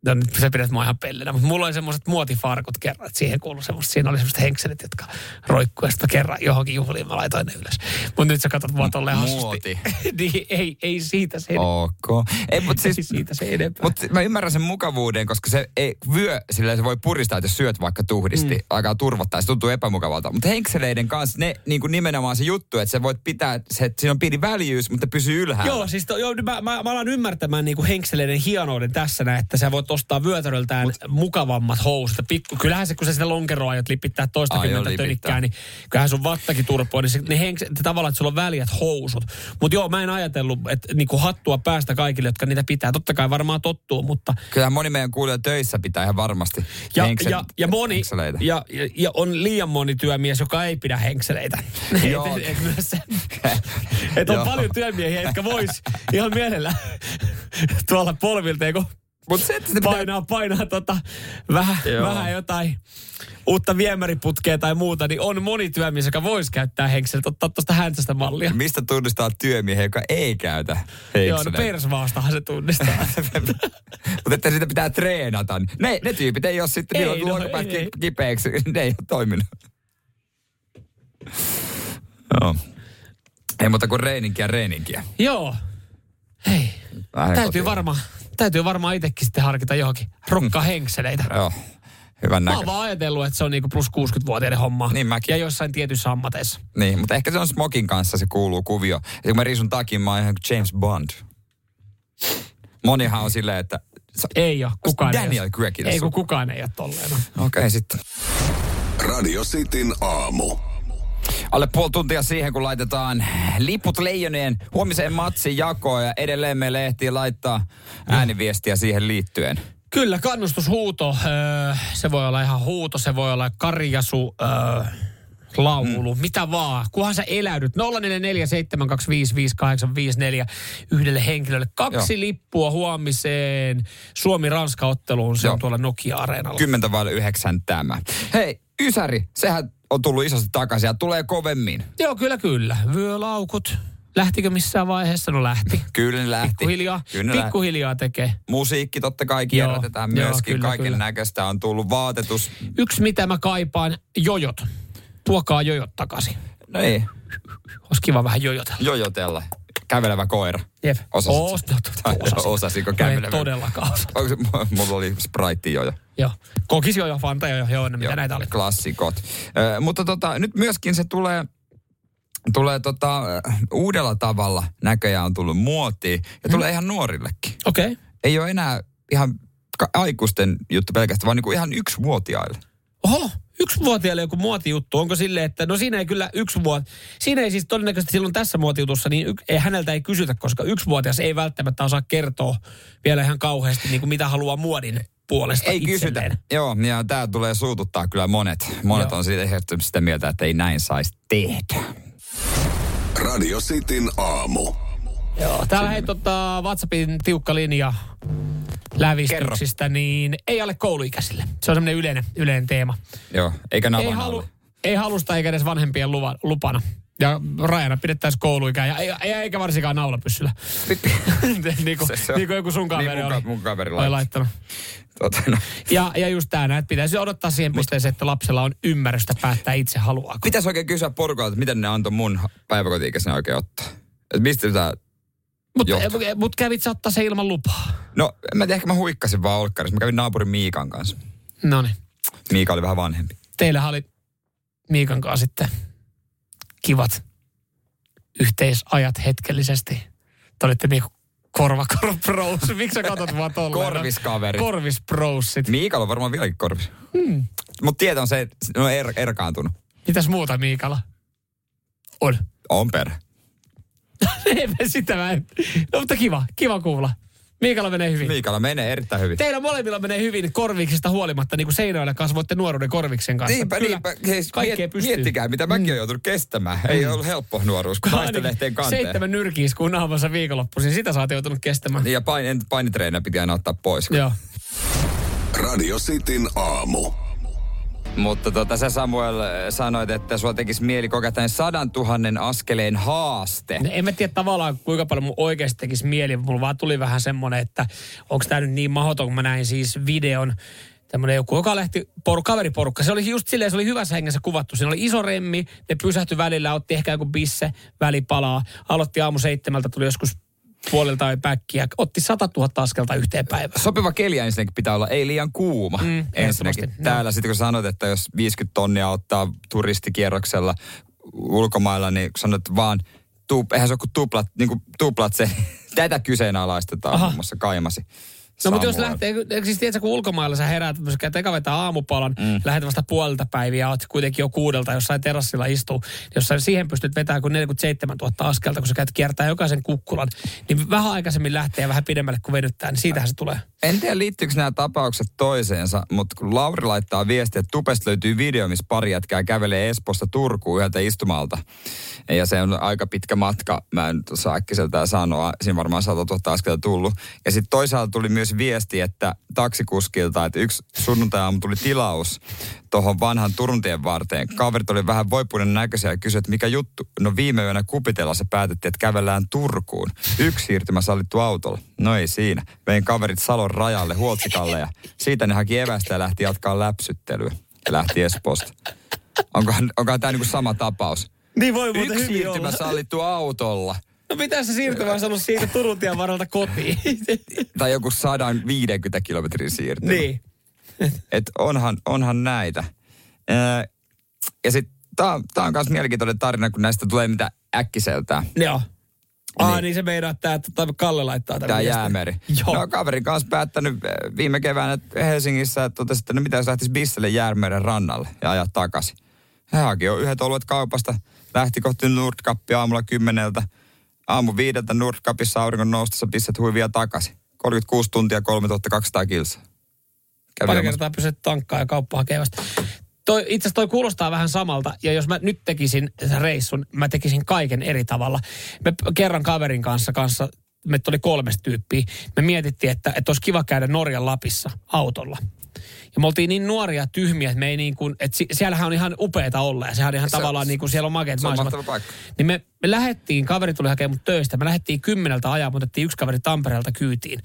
Speaker 3: No nyt sä pidät mua ihan pellenä, mutta mulla oli semmoiset muotifarkut kerran, että siihen kuului semmoista, siinä oli semmoiset henkselit, jotka roikkuu ja sitten kerran johonkin juhliin mä laitoin ne ylös. Mutta nyt sä katsot mua tolleen
Speaker 2: Muoti.
Speaker 3: hassusti. niin, ei, ei siitä se enempää.
Speaker 2: Ok. Ei, mutta
Speaker 3: Ei
Speaker 2: siis,
Speaker 3: siitä se enempää.
Speaker 2: Mutta mä ymmärrän sen mukavuuden, koska se ei, vyö, sillä se voi puristaa, että jos syöt vaikka tuhdisti, mm. alkaa turvottaa, se tuntuu epämukavalta. Mutta henkseleiden kanssa ne niin kuin nimenomaan se juttu, että sä voit pitää, se, että siinä on pieni väljyys, mutta pysyy ylhäällä.
Speaker 3: Joo, siis to, joo, nyt mä, mä, mä alan ymmärtämään niinku henkseleiden hienouden tässä näin, että sä voit ostaa vyötäröltään Mut, mukavammat housut. Pikku, kyllähän se, kun sä sitä lonkeroa aiot lipittää toista
Speaker 2: Aion
Speaker 3: kymmentä
Speaker 2: lipittää.
Speaker 3: tönikkää, niin kyllähän sun vattakin turpoa, niin se, ne henks, että tavallaan, että sulla on väljät housut. Mutta joo, mä en ajatellut, että niinku hattua päästä kaikille, jotka niitä pitää. Totta kai varmaan tottuu, mutta
Speaker 2: Kyllähän moni meidän kuulija töissä pitää ihan varmasti
Speaker 3: ja,
Speaker 2: henkselit-
Speaker 3: ja, ja, moni,
Speaker 2: henkseleitä.
Speaker 3: ja, ja, ja, on liian moni työmies, joka ei pidä henkseleitä.
Speaker 2: Joo.
Speaker 3: et, et, myös se, et on
Speaker 2: Joo.
Speaker 3: paljon työmiehiä, jotka vois ihan mielellä tuolla polvilta, eikö
Speaker 2: Mut se, että sitä pitää
Speaker 3: painaa, painaa tota, vähän,
Speaker 2: Joo.
Speaker 3: vähän jotain uutta viemäriputkea tai muuta, niin on moni työmies, joka voisi käyttää henkselit, ottaa tuosta häntästä mallia.
Speaker 2: Mistä tunnistaa työmiehen, joka ei käytä
Speaker 3: Joo, no
Speaker 2: henkseleitä?
Speaker 3: persvaastahan se tunnistaa.
Speaker 2: Mutta että sitä pitää treenata. Ne, ne tyypit ei ole sitten,
Speaker 3: Ei,
Speaker 2: niillä on
Speaker 3: no,
Speaker 2: olkapäät
Speaker 3: ei, ei.
Speaker 2: ki- kipeäksi. Ne ei ole toiminut. Joo. Ei muuta kuin reininkiä, reininkiä.
Speaker 3: Joo. Hei,
Speaker 2: Vähän
Speaker 3: täytyy
Speaker 2: kotiin.
Speaker 3: varmaan, täytyy varmaan itsekin sitten harkita johonkin rokkahenkseleitä.
Speaker 2: Joo, hyvän
Speaker 3: Mä oon
Speaker 2: näkö.
Speaker 3: vaan ajatellut, että se on niinku plus 60-vuotiaiden homma.
Speaker 2: Niin mäkin.
Speaker 3: Ja jossain tietyissä ammateissa.
Speaker 2: Niin, mutta ehkä se on smokin kanssa se kuuluu kuvio. Ja kun mä riisun takin, mä oon ihan kuin James Bond. Monihan on silleen, että... sa-
Speaker 3: Ei ole, kukaan ei
Speaker 2: Daniel
Speaker 3: ole.
Speaker 2: Craig
Speaker 3: Ei
Speaker 2: tässä
Speaker 3: kun
Speaker 2: on.
Speaker 3: kukaan ei ole tolleen.
Speaker 2: Okei, okay, sitten.
Speaker 1: Radio Cityn aamu.
Speaker 2: Alle puoli tuntia siihen, kun laitetaan liput leijonien huomiseen matsin jakoon ja edelleen me ehtii laittaa ääniviestiä siihen liittyen.
Speaker 3: Kyllä, kannustushuuto. öö, Se voi olla ihan huuto, se voi olla karjasu, öö, laulu, mm. mitä vaan. Kunhan sä eläydyt. 0447255854 yhdelle henkilölle. Kaksi Joo. lippua huomiseen Suomi-Ranska-otteluun. Se Joo.
Speaker 2: Joo.
Speaker 3: on tuolla Nokia-areenalla.
Speaker 2: Kymmentä vaille yhdeksän tämä. Hei, Ysäri, sehän on tullut isosti takaisin ja tulee kovemmin.
Speaker 3: Joo, kyllä, kyllä. Vyölaukut. Lähtikö missään vaiheessa? No lähti.
Speaker 2: Kyllä ne lähti.
Speaker 3: Pikkuhiljaa,
Speaker 2: Kyllä ne lähti.
Speaker 3: pikkuhiljaa tekee.
Speaker 2: Musiikki totta kai
Speaker 3: Joo,
Speaker 2: kierrätetään
Speaker 3: joo,
Speaker 2: myöskin.
Speaker 3: kyllä, kyllä.
Speaker 2: Kaiken näköistä on tullut vaatetus.
Speaker 3: Yksi mitä mä kaipaan, jojot. Tuokaa jojot takaisin.
Speaker 2: No ei,
Speaker 3: Olisi kiva vähän jojotella.
Speaker 2: jojotella. Kävelevä koira.
Speaker 3: Jep.
Speaker 2: Osasit.
Speaker 3: Oos- no, to-
Speaker 2: Tai
Speaker 3: osasin.
Speaker 2: osasitko
Speaker 3: No en
Speaker 2: kävelevä?
Speaker 3: todellakaan osaa.
Speaker 2: Onko se, mulla oli sprite jojo.
Speaker 3: Joo. Kokisjojo, fantajojo, joo, ne mitä
Speaker 2: Joo,
Speaker 3: näitä oli.
Speaker 2: Klassikot. Ö, mutta tota, nyt myöskin se tulee, tulee tota, ö, uudella tavalla näköjään on tullut muotiin ja
Speaker 3: Mm.
Speaker 2: tulee ihan nuorillekin.
Speaker 3: Okei. Okay.
Speaker 2: Ei ole enää ihan ka- aikuisten juttu pelkästään, vaan niinku ihan yksivuotiaille.
Speaker 3: Oho, yksivuotiaille joku muotijuttu. Onko sille, että no siinä ei kyllä yksi vuot... Siinä ei siis todennäköisesti silloin tässä muotijutussa, niin yk... ei, häneltä ei kysytä, koska yksivuotias ei välttämättä osaa kertoa vielä ihan kauheasti, niin kuin mitä haluaa muodin puolesta
Speaker 2: Ei kysytä.
Speaker 3: itselleen.
Speaker 2: Joo, ja tämä tulee suututtaa kyllä monet. Monet
Speaker 3: Joo.
Speaker 2: Joo. on siitä ehdottomasti sitä mieltä, että ei näin saisi tehdä.
Speaker 1: Radio Cityn aamu.
Speaker 3: Joo, täällä hei tota, WhatsAppin tiukka linja lävistyksistä, niin ei alle kouluikäisille. Se on semmoinen yleinen, yleinen teema.
Speaker 2: Joo, eikä
Speaker 3: Ei,
Speaker 2: navan
Speaker 3: halu,
Speaker 2: alle.
Speaker 3: ei halusta eikä edes vanhempien luva, lupana. Ja rajana pidettäisiin kouluikää, ja, ja, ja eikä varsinkaan naulapyssyllä. niin kuin,
Speaker 2: Se- se on-
Speaker 3: niin kuin joku sun kaveri
Speaker 2: Niin mun
Speaker 3: oli,
Speaker 2: ka- mun kaveri
Speaker 3: oli
Speaker 2: laittoi.
Speaker 3: laittanut.
Speaker 2: Tota, no.
Speaker 3: Ja, ja just tämä näin, että pitäisi odottaa siihen pisteeseen, että lapsella on ymmärrystä päättää itse haluaako.
Speaker 2: Pitäisi oikein kysyä porukalta, että miten ne antoi mun päiväkotiikäisenä oikein ottaa. Et mistä tämä
Speaker 3: Mutta
Speaker 2: johtuu.
Speaker 3: mut kävit sä ottaa se ilman lupaa.
Speaker 2: No, en mä tiedä, ehkä mä huikkasin vaan olkkarissa. Mä kävin naapurin Miikan kanssa.
Speaker 3: No niin.
Speaker 2: Miika oli vähän vanhempi.
Speaker 3: teillähän oli Miikan kanssa sitten kivat yhteisajat hetkellisesti. Te olitte niinku korva, korva bros. Miksi sä katot vaan tolleen?
Speaker 2: Korviskaverit.
Speaker 3: Korvis brosit.
Speaker 2: Miikalla on varmaan vieläkin korvis. Mm.
Speaker 3: Hmm.
Speaker 2: Mutta tieto on se, että ne on er, erkaantunut.
Speaker 3: Mitäs muuta Miikalla? On.
Speaker 2: On per.
Speaker 3: Ei me sitä mä en. No, mutta kiva, kiva kuulla. Miikalla menee hyvin.
Speaker 2: Miikalla menee erittäin hyvin.
Speaker 3: Teillä molemmilla menee hyvin korviksesta huolimatta, niin kuin seinäillä kasvoitte nuoruuden korviksen kanssa.
Speaker 2: Niinpä,
Speaker 3: Kyllä,
Speaker 2: niinpä. Hei,
Speaker 3: kaikkea pystyy. Hmm.
Speaker 2: Miettikää, mitä mäkin olen joutunut kestämään. Ei ollut helppo nuoruus, kun naisten lehteen kanteen.
Speaker 3: Seitsemän nyrkiiskuun naamassa viikonloppuisin. Sitä sä oot joutunut kestämään.
Speaker 2: Niin, Ja pain, painitreenä piti aina ottaa pois.
Speaker 3: Joo.
Speaker 1: Radio Cityn aamu.
Speaker 2: Mutta tota, sä Samuel äh, sanoit, että sulla tekisi mieli kokea tämän sadan tuhannen askeleen haaste.
Speaker 3: No En mä tiedä tavallaan kuinka paljon mun oikeasti tekisi mieli. Mulla vaan tuli vähän semmonen, että onko tämä nyt niin mahdoton, kun mä näin siis videon. Tämmönen joku, joka lähti por, kaveriporukka. Se oli just silleen, se oli hyvässä hengessä kuvattu. Siinä oli iso remmi, ne pysähtyi välillä, otti ehkä joku bisse, välipalaa. Aloitti aamu seitsemältä, tuli joskus puolelta tai päkkiä. Otti 100 000 askelta yhteen päivään.
Speaker 2: Sopiva keli ensinnäkin pitää olla, ei liian kuuma mm, ensinnäkin.
Speaker 3: ehdottomasti,
Speaker 2: Täällä sitten kun sanoit, että jos 50 tonnia ottaa turistikierroksella ulkomailla, niin kun sanoit vaan, tuup, eihän se ole kuin tuplat, niin kuin tuplat se. Tätä kyseenalaistetaan
Speaker 3: Aha.
Speaker 2: muun muassa kaimasi.
Speaker 3: No mutta jos
Speaker 2: Samuel.
Speaker 3: lähtee, eikö siis tiedätkö, kun ulkomailla sä heräät, sä käyt eka vetää aamupalan, mm. lähet vasta puolelta päiviä, oot kuitenkin jo kuudelta jossain terassilla istuu, niin jos sä siihen pystyt vetämään kuin 47 000 askelta, kun sä käyt kiertää jokaisen kukkulan, niin vähän aikaisemmin lähtee ja vähän pidemmälle kuin venyttää, niin siitähän se tulee.
Speaker 2: En tiedä liittyykö nämä tapaukset toiseensa, mutta kun Lauri laittaa viestiä, että Tupesta löytyy video, missä pari jätkää kävelee Espoosta Turkuun yhdeltä istumalta. Ja se on aika pitkä matka, mä en saa äkkiseltään sanoa, siinä varmaan 100 000 askelta tullut. Ja sitten toisaalta tuli myös viesti, että taksikuskilta, että yksi sunnuntai Äh, tuli tilaus tuohon vanhan Turun tien varteen. Kaverit oli vähän voipuinen näköisiä ja kysyi, että mikä juttu. No viime yönä kupitelassa päätettiin, että kävellään Turkuun. Yksi siirtymä sallittu autolla. No ei siinä. Vein kaverit Salon rajalle Huoltsikalle ja siitä ne haki evästä ja lähti jatkaa läpsyttelyä. Ja lähti Espoosta. Onkohan, onkohan tämä niinku sama tapaus?
Speaker 3: Niin voi
Speaker 2: Yksi siirtymä sallittu autolla.
Speaker 3: No mitä se siirtymä on ollut siitä Turun tien varalta kotiin?
Speaker 2: Tai joku 150 kilometrin siirtymä.
Speaker 3: niin.
Speaker 2: Et onhan, onhan näitä. Öö, ja sitten tämä on myös mielenkiintoinen tarina, kun näistä tulee mitä äkkiseltään.
Speaker 3: Joo. Ah, niin.
Speaker 2: Niin.
Speaker 3: niin se meinaa, että tää- tota, Kalle laittaa tämän
Speaker 2: Tämä
Speaker 3: viestin.
Speaker 2: jäämeri.
Speaker 3: Joo.
Speaker 2: No kaverin kanssa päättänyt eh, viime keväänä että Helsingissä, että totesi, että no mitä jos lähtisi bisselle jäämeren rannalle ja ajaa takaisin. Hän haki jo yhdet oluet kaupasta, lähti kohti Nordkappia aamulla kymmeneltä. Aamu viideltä Nordkappissa auringon noustessa pisset huivia takaisin. 36 tuntia 3200 kilsaa. Kävi
Speaker 3: Pari
Speaker 2: ilmassa.
Speaker 3: kertaa pysyt tankkaa ja kauppaa kevästä. Toi, itse asiassa toi kuulostaa vähän samalta, ja jos mä nyt tekisin sen reissun, mä tekisin kaiken eri tavalla. Me p- kerran kaverin kanssa, kanssa meitä oli kolmesta tyyppiä, me mietittiin, että, että olisi kiva käydä Norjan Lapissa autolla. Ja me oltiin niin nuoria ja tyhmiä, että me ei niin kuin, että si- siellähän on ihan upeeta olla, ja sehän on ihan
Speaker 2: Se-
Speaker 3: se, tavallaan niin kuin siellä on makeat
Speaker 2: se on
Speaker 3: maisemat.
Speaker 2: mahtava paikka.
Speaker 3: Niin me, me lähettiin, kaveri tuli hakemaan mut töistä. Me lähettiin kymmeneltä ajaa, mutta otettiin yksi kaveri Tampereelta kyytiin.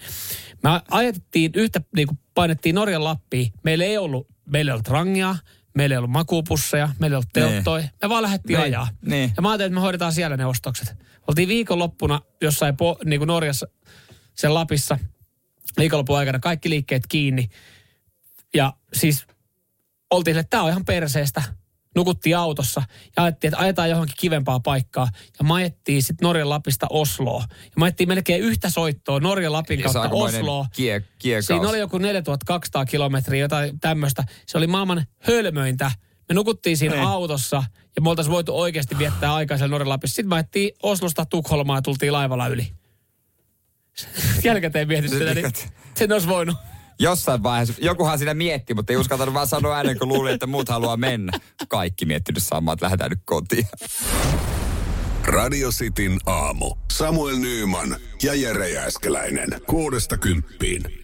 Speaker 3: Me ajettiin yhtä, niin kuin painettiin Norjan Lappiin. Meillä ei ollut, meillä ei ollut rangia, meillä ei ollut makuupusseja, meillä ei ollut
Speaker 2: Niin.
Speaker 3: telttoja. Me vaan lähettiin
Speaker 2: Niin,
Speaker 3: ajaa.
Speaker 2: niin.
Speaker 3: Ja mä ajattelin, että me hoidetaan siellä ne ostokset. Oltiin viikonloppuna jossain po, niin kuin Norjassa, sen Lapissa, viikonlopun aikana kaikki liikkeet kiinni. Ja siis oltiin sille, että tämä on ihan perseestä. Nukuttiin autossa ja ajettiin, että ajetaan johonkin kivempaa paikkaa. Ja me ajettiin sitten Norjan Lapista Osloa. Ja me ajettiin melkein yhtä soittoa Norjan Lapin
Speaker 2: Eli se on
Speaker 3: kautta
Speaker 2: aikamoinen
Speaker 3: Osloa.
Speaker 2: Kie, kiekaus.
Speaker 3: Siinä oli joku 4200 kilometriä, jotain tämmöistä. Se oli maailman hölmöintä. Me nukuttiin siinä
Speaker 2: Niin.
Speaker 3: autossa ja me oltaisiin voitu oikeasti viettää aikaa siellä Norjan Lapissa. Sitten me ajettiin Oslosta Tukholmaa ja tultiin laivalla yli. Jälkikäteen mietin sitä, niin sen olisi voinut.
Speaker 2: Jossain vaiheessa, jokuhan sitä mietti, mutta ei uskaltanut vaan sanoa ääneen, kun luuli, että muut haluaa mennä. Kaikki miettinyt samaa, että lähdetään nyt kotiin.
Speaker 1: Radio Cityn aamu. Samuel Nyyman ja Jere Jääskeläinen. Kuudesta kymppiin.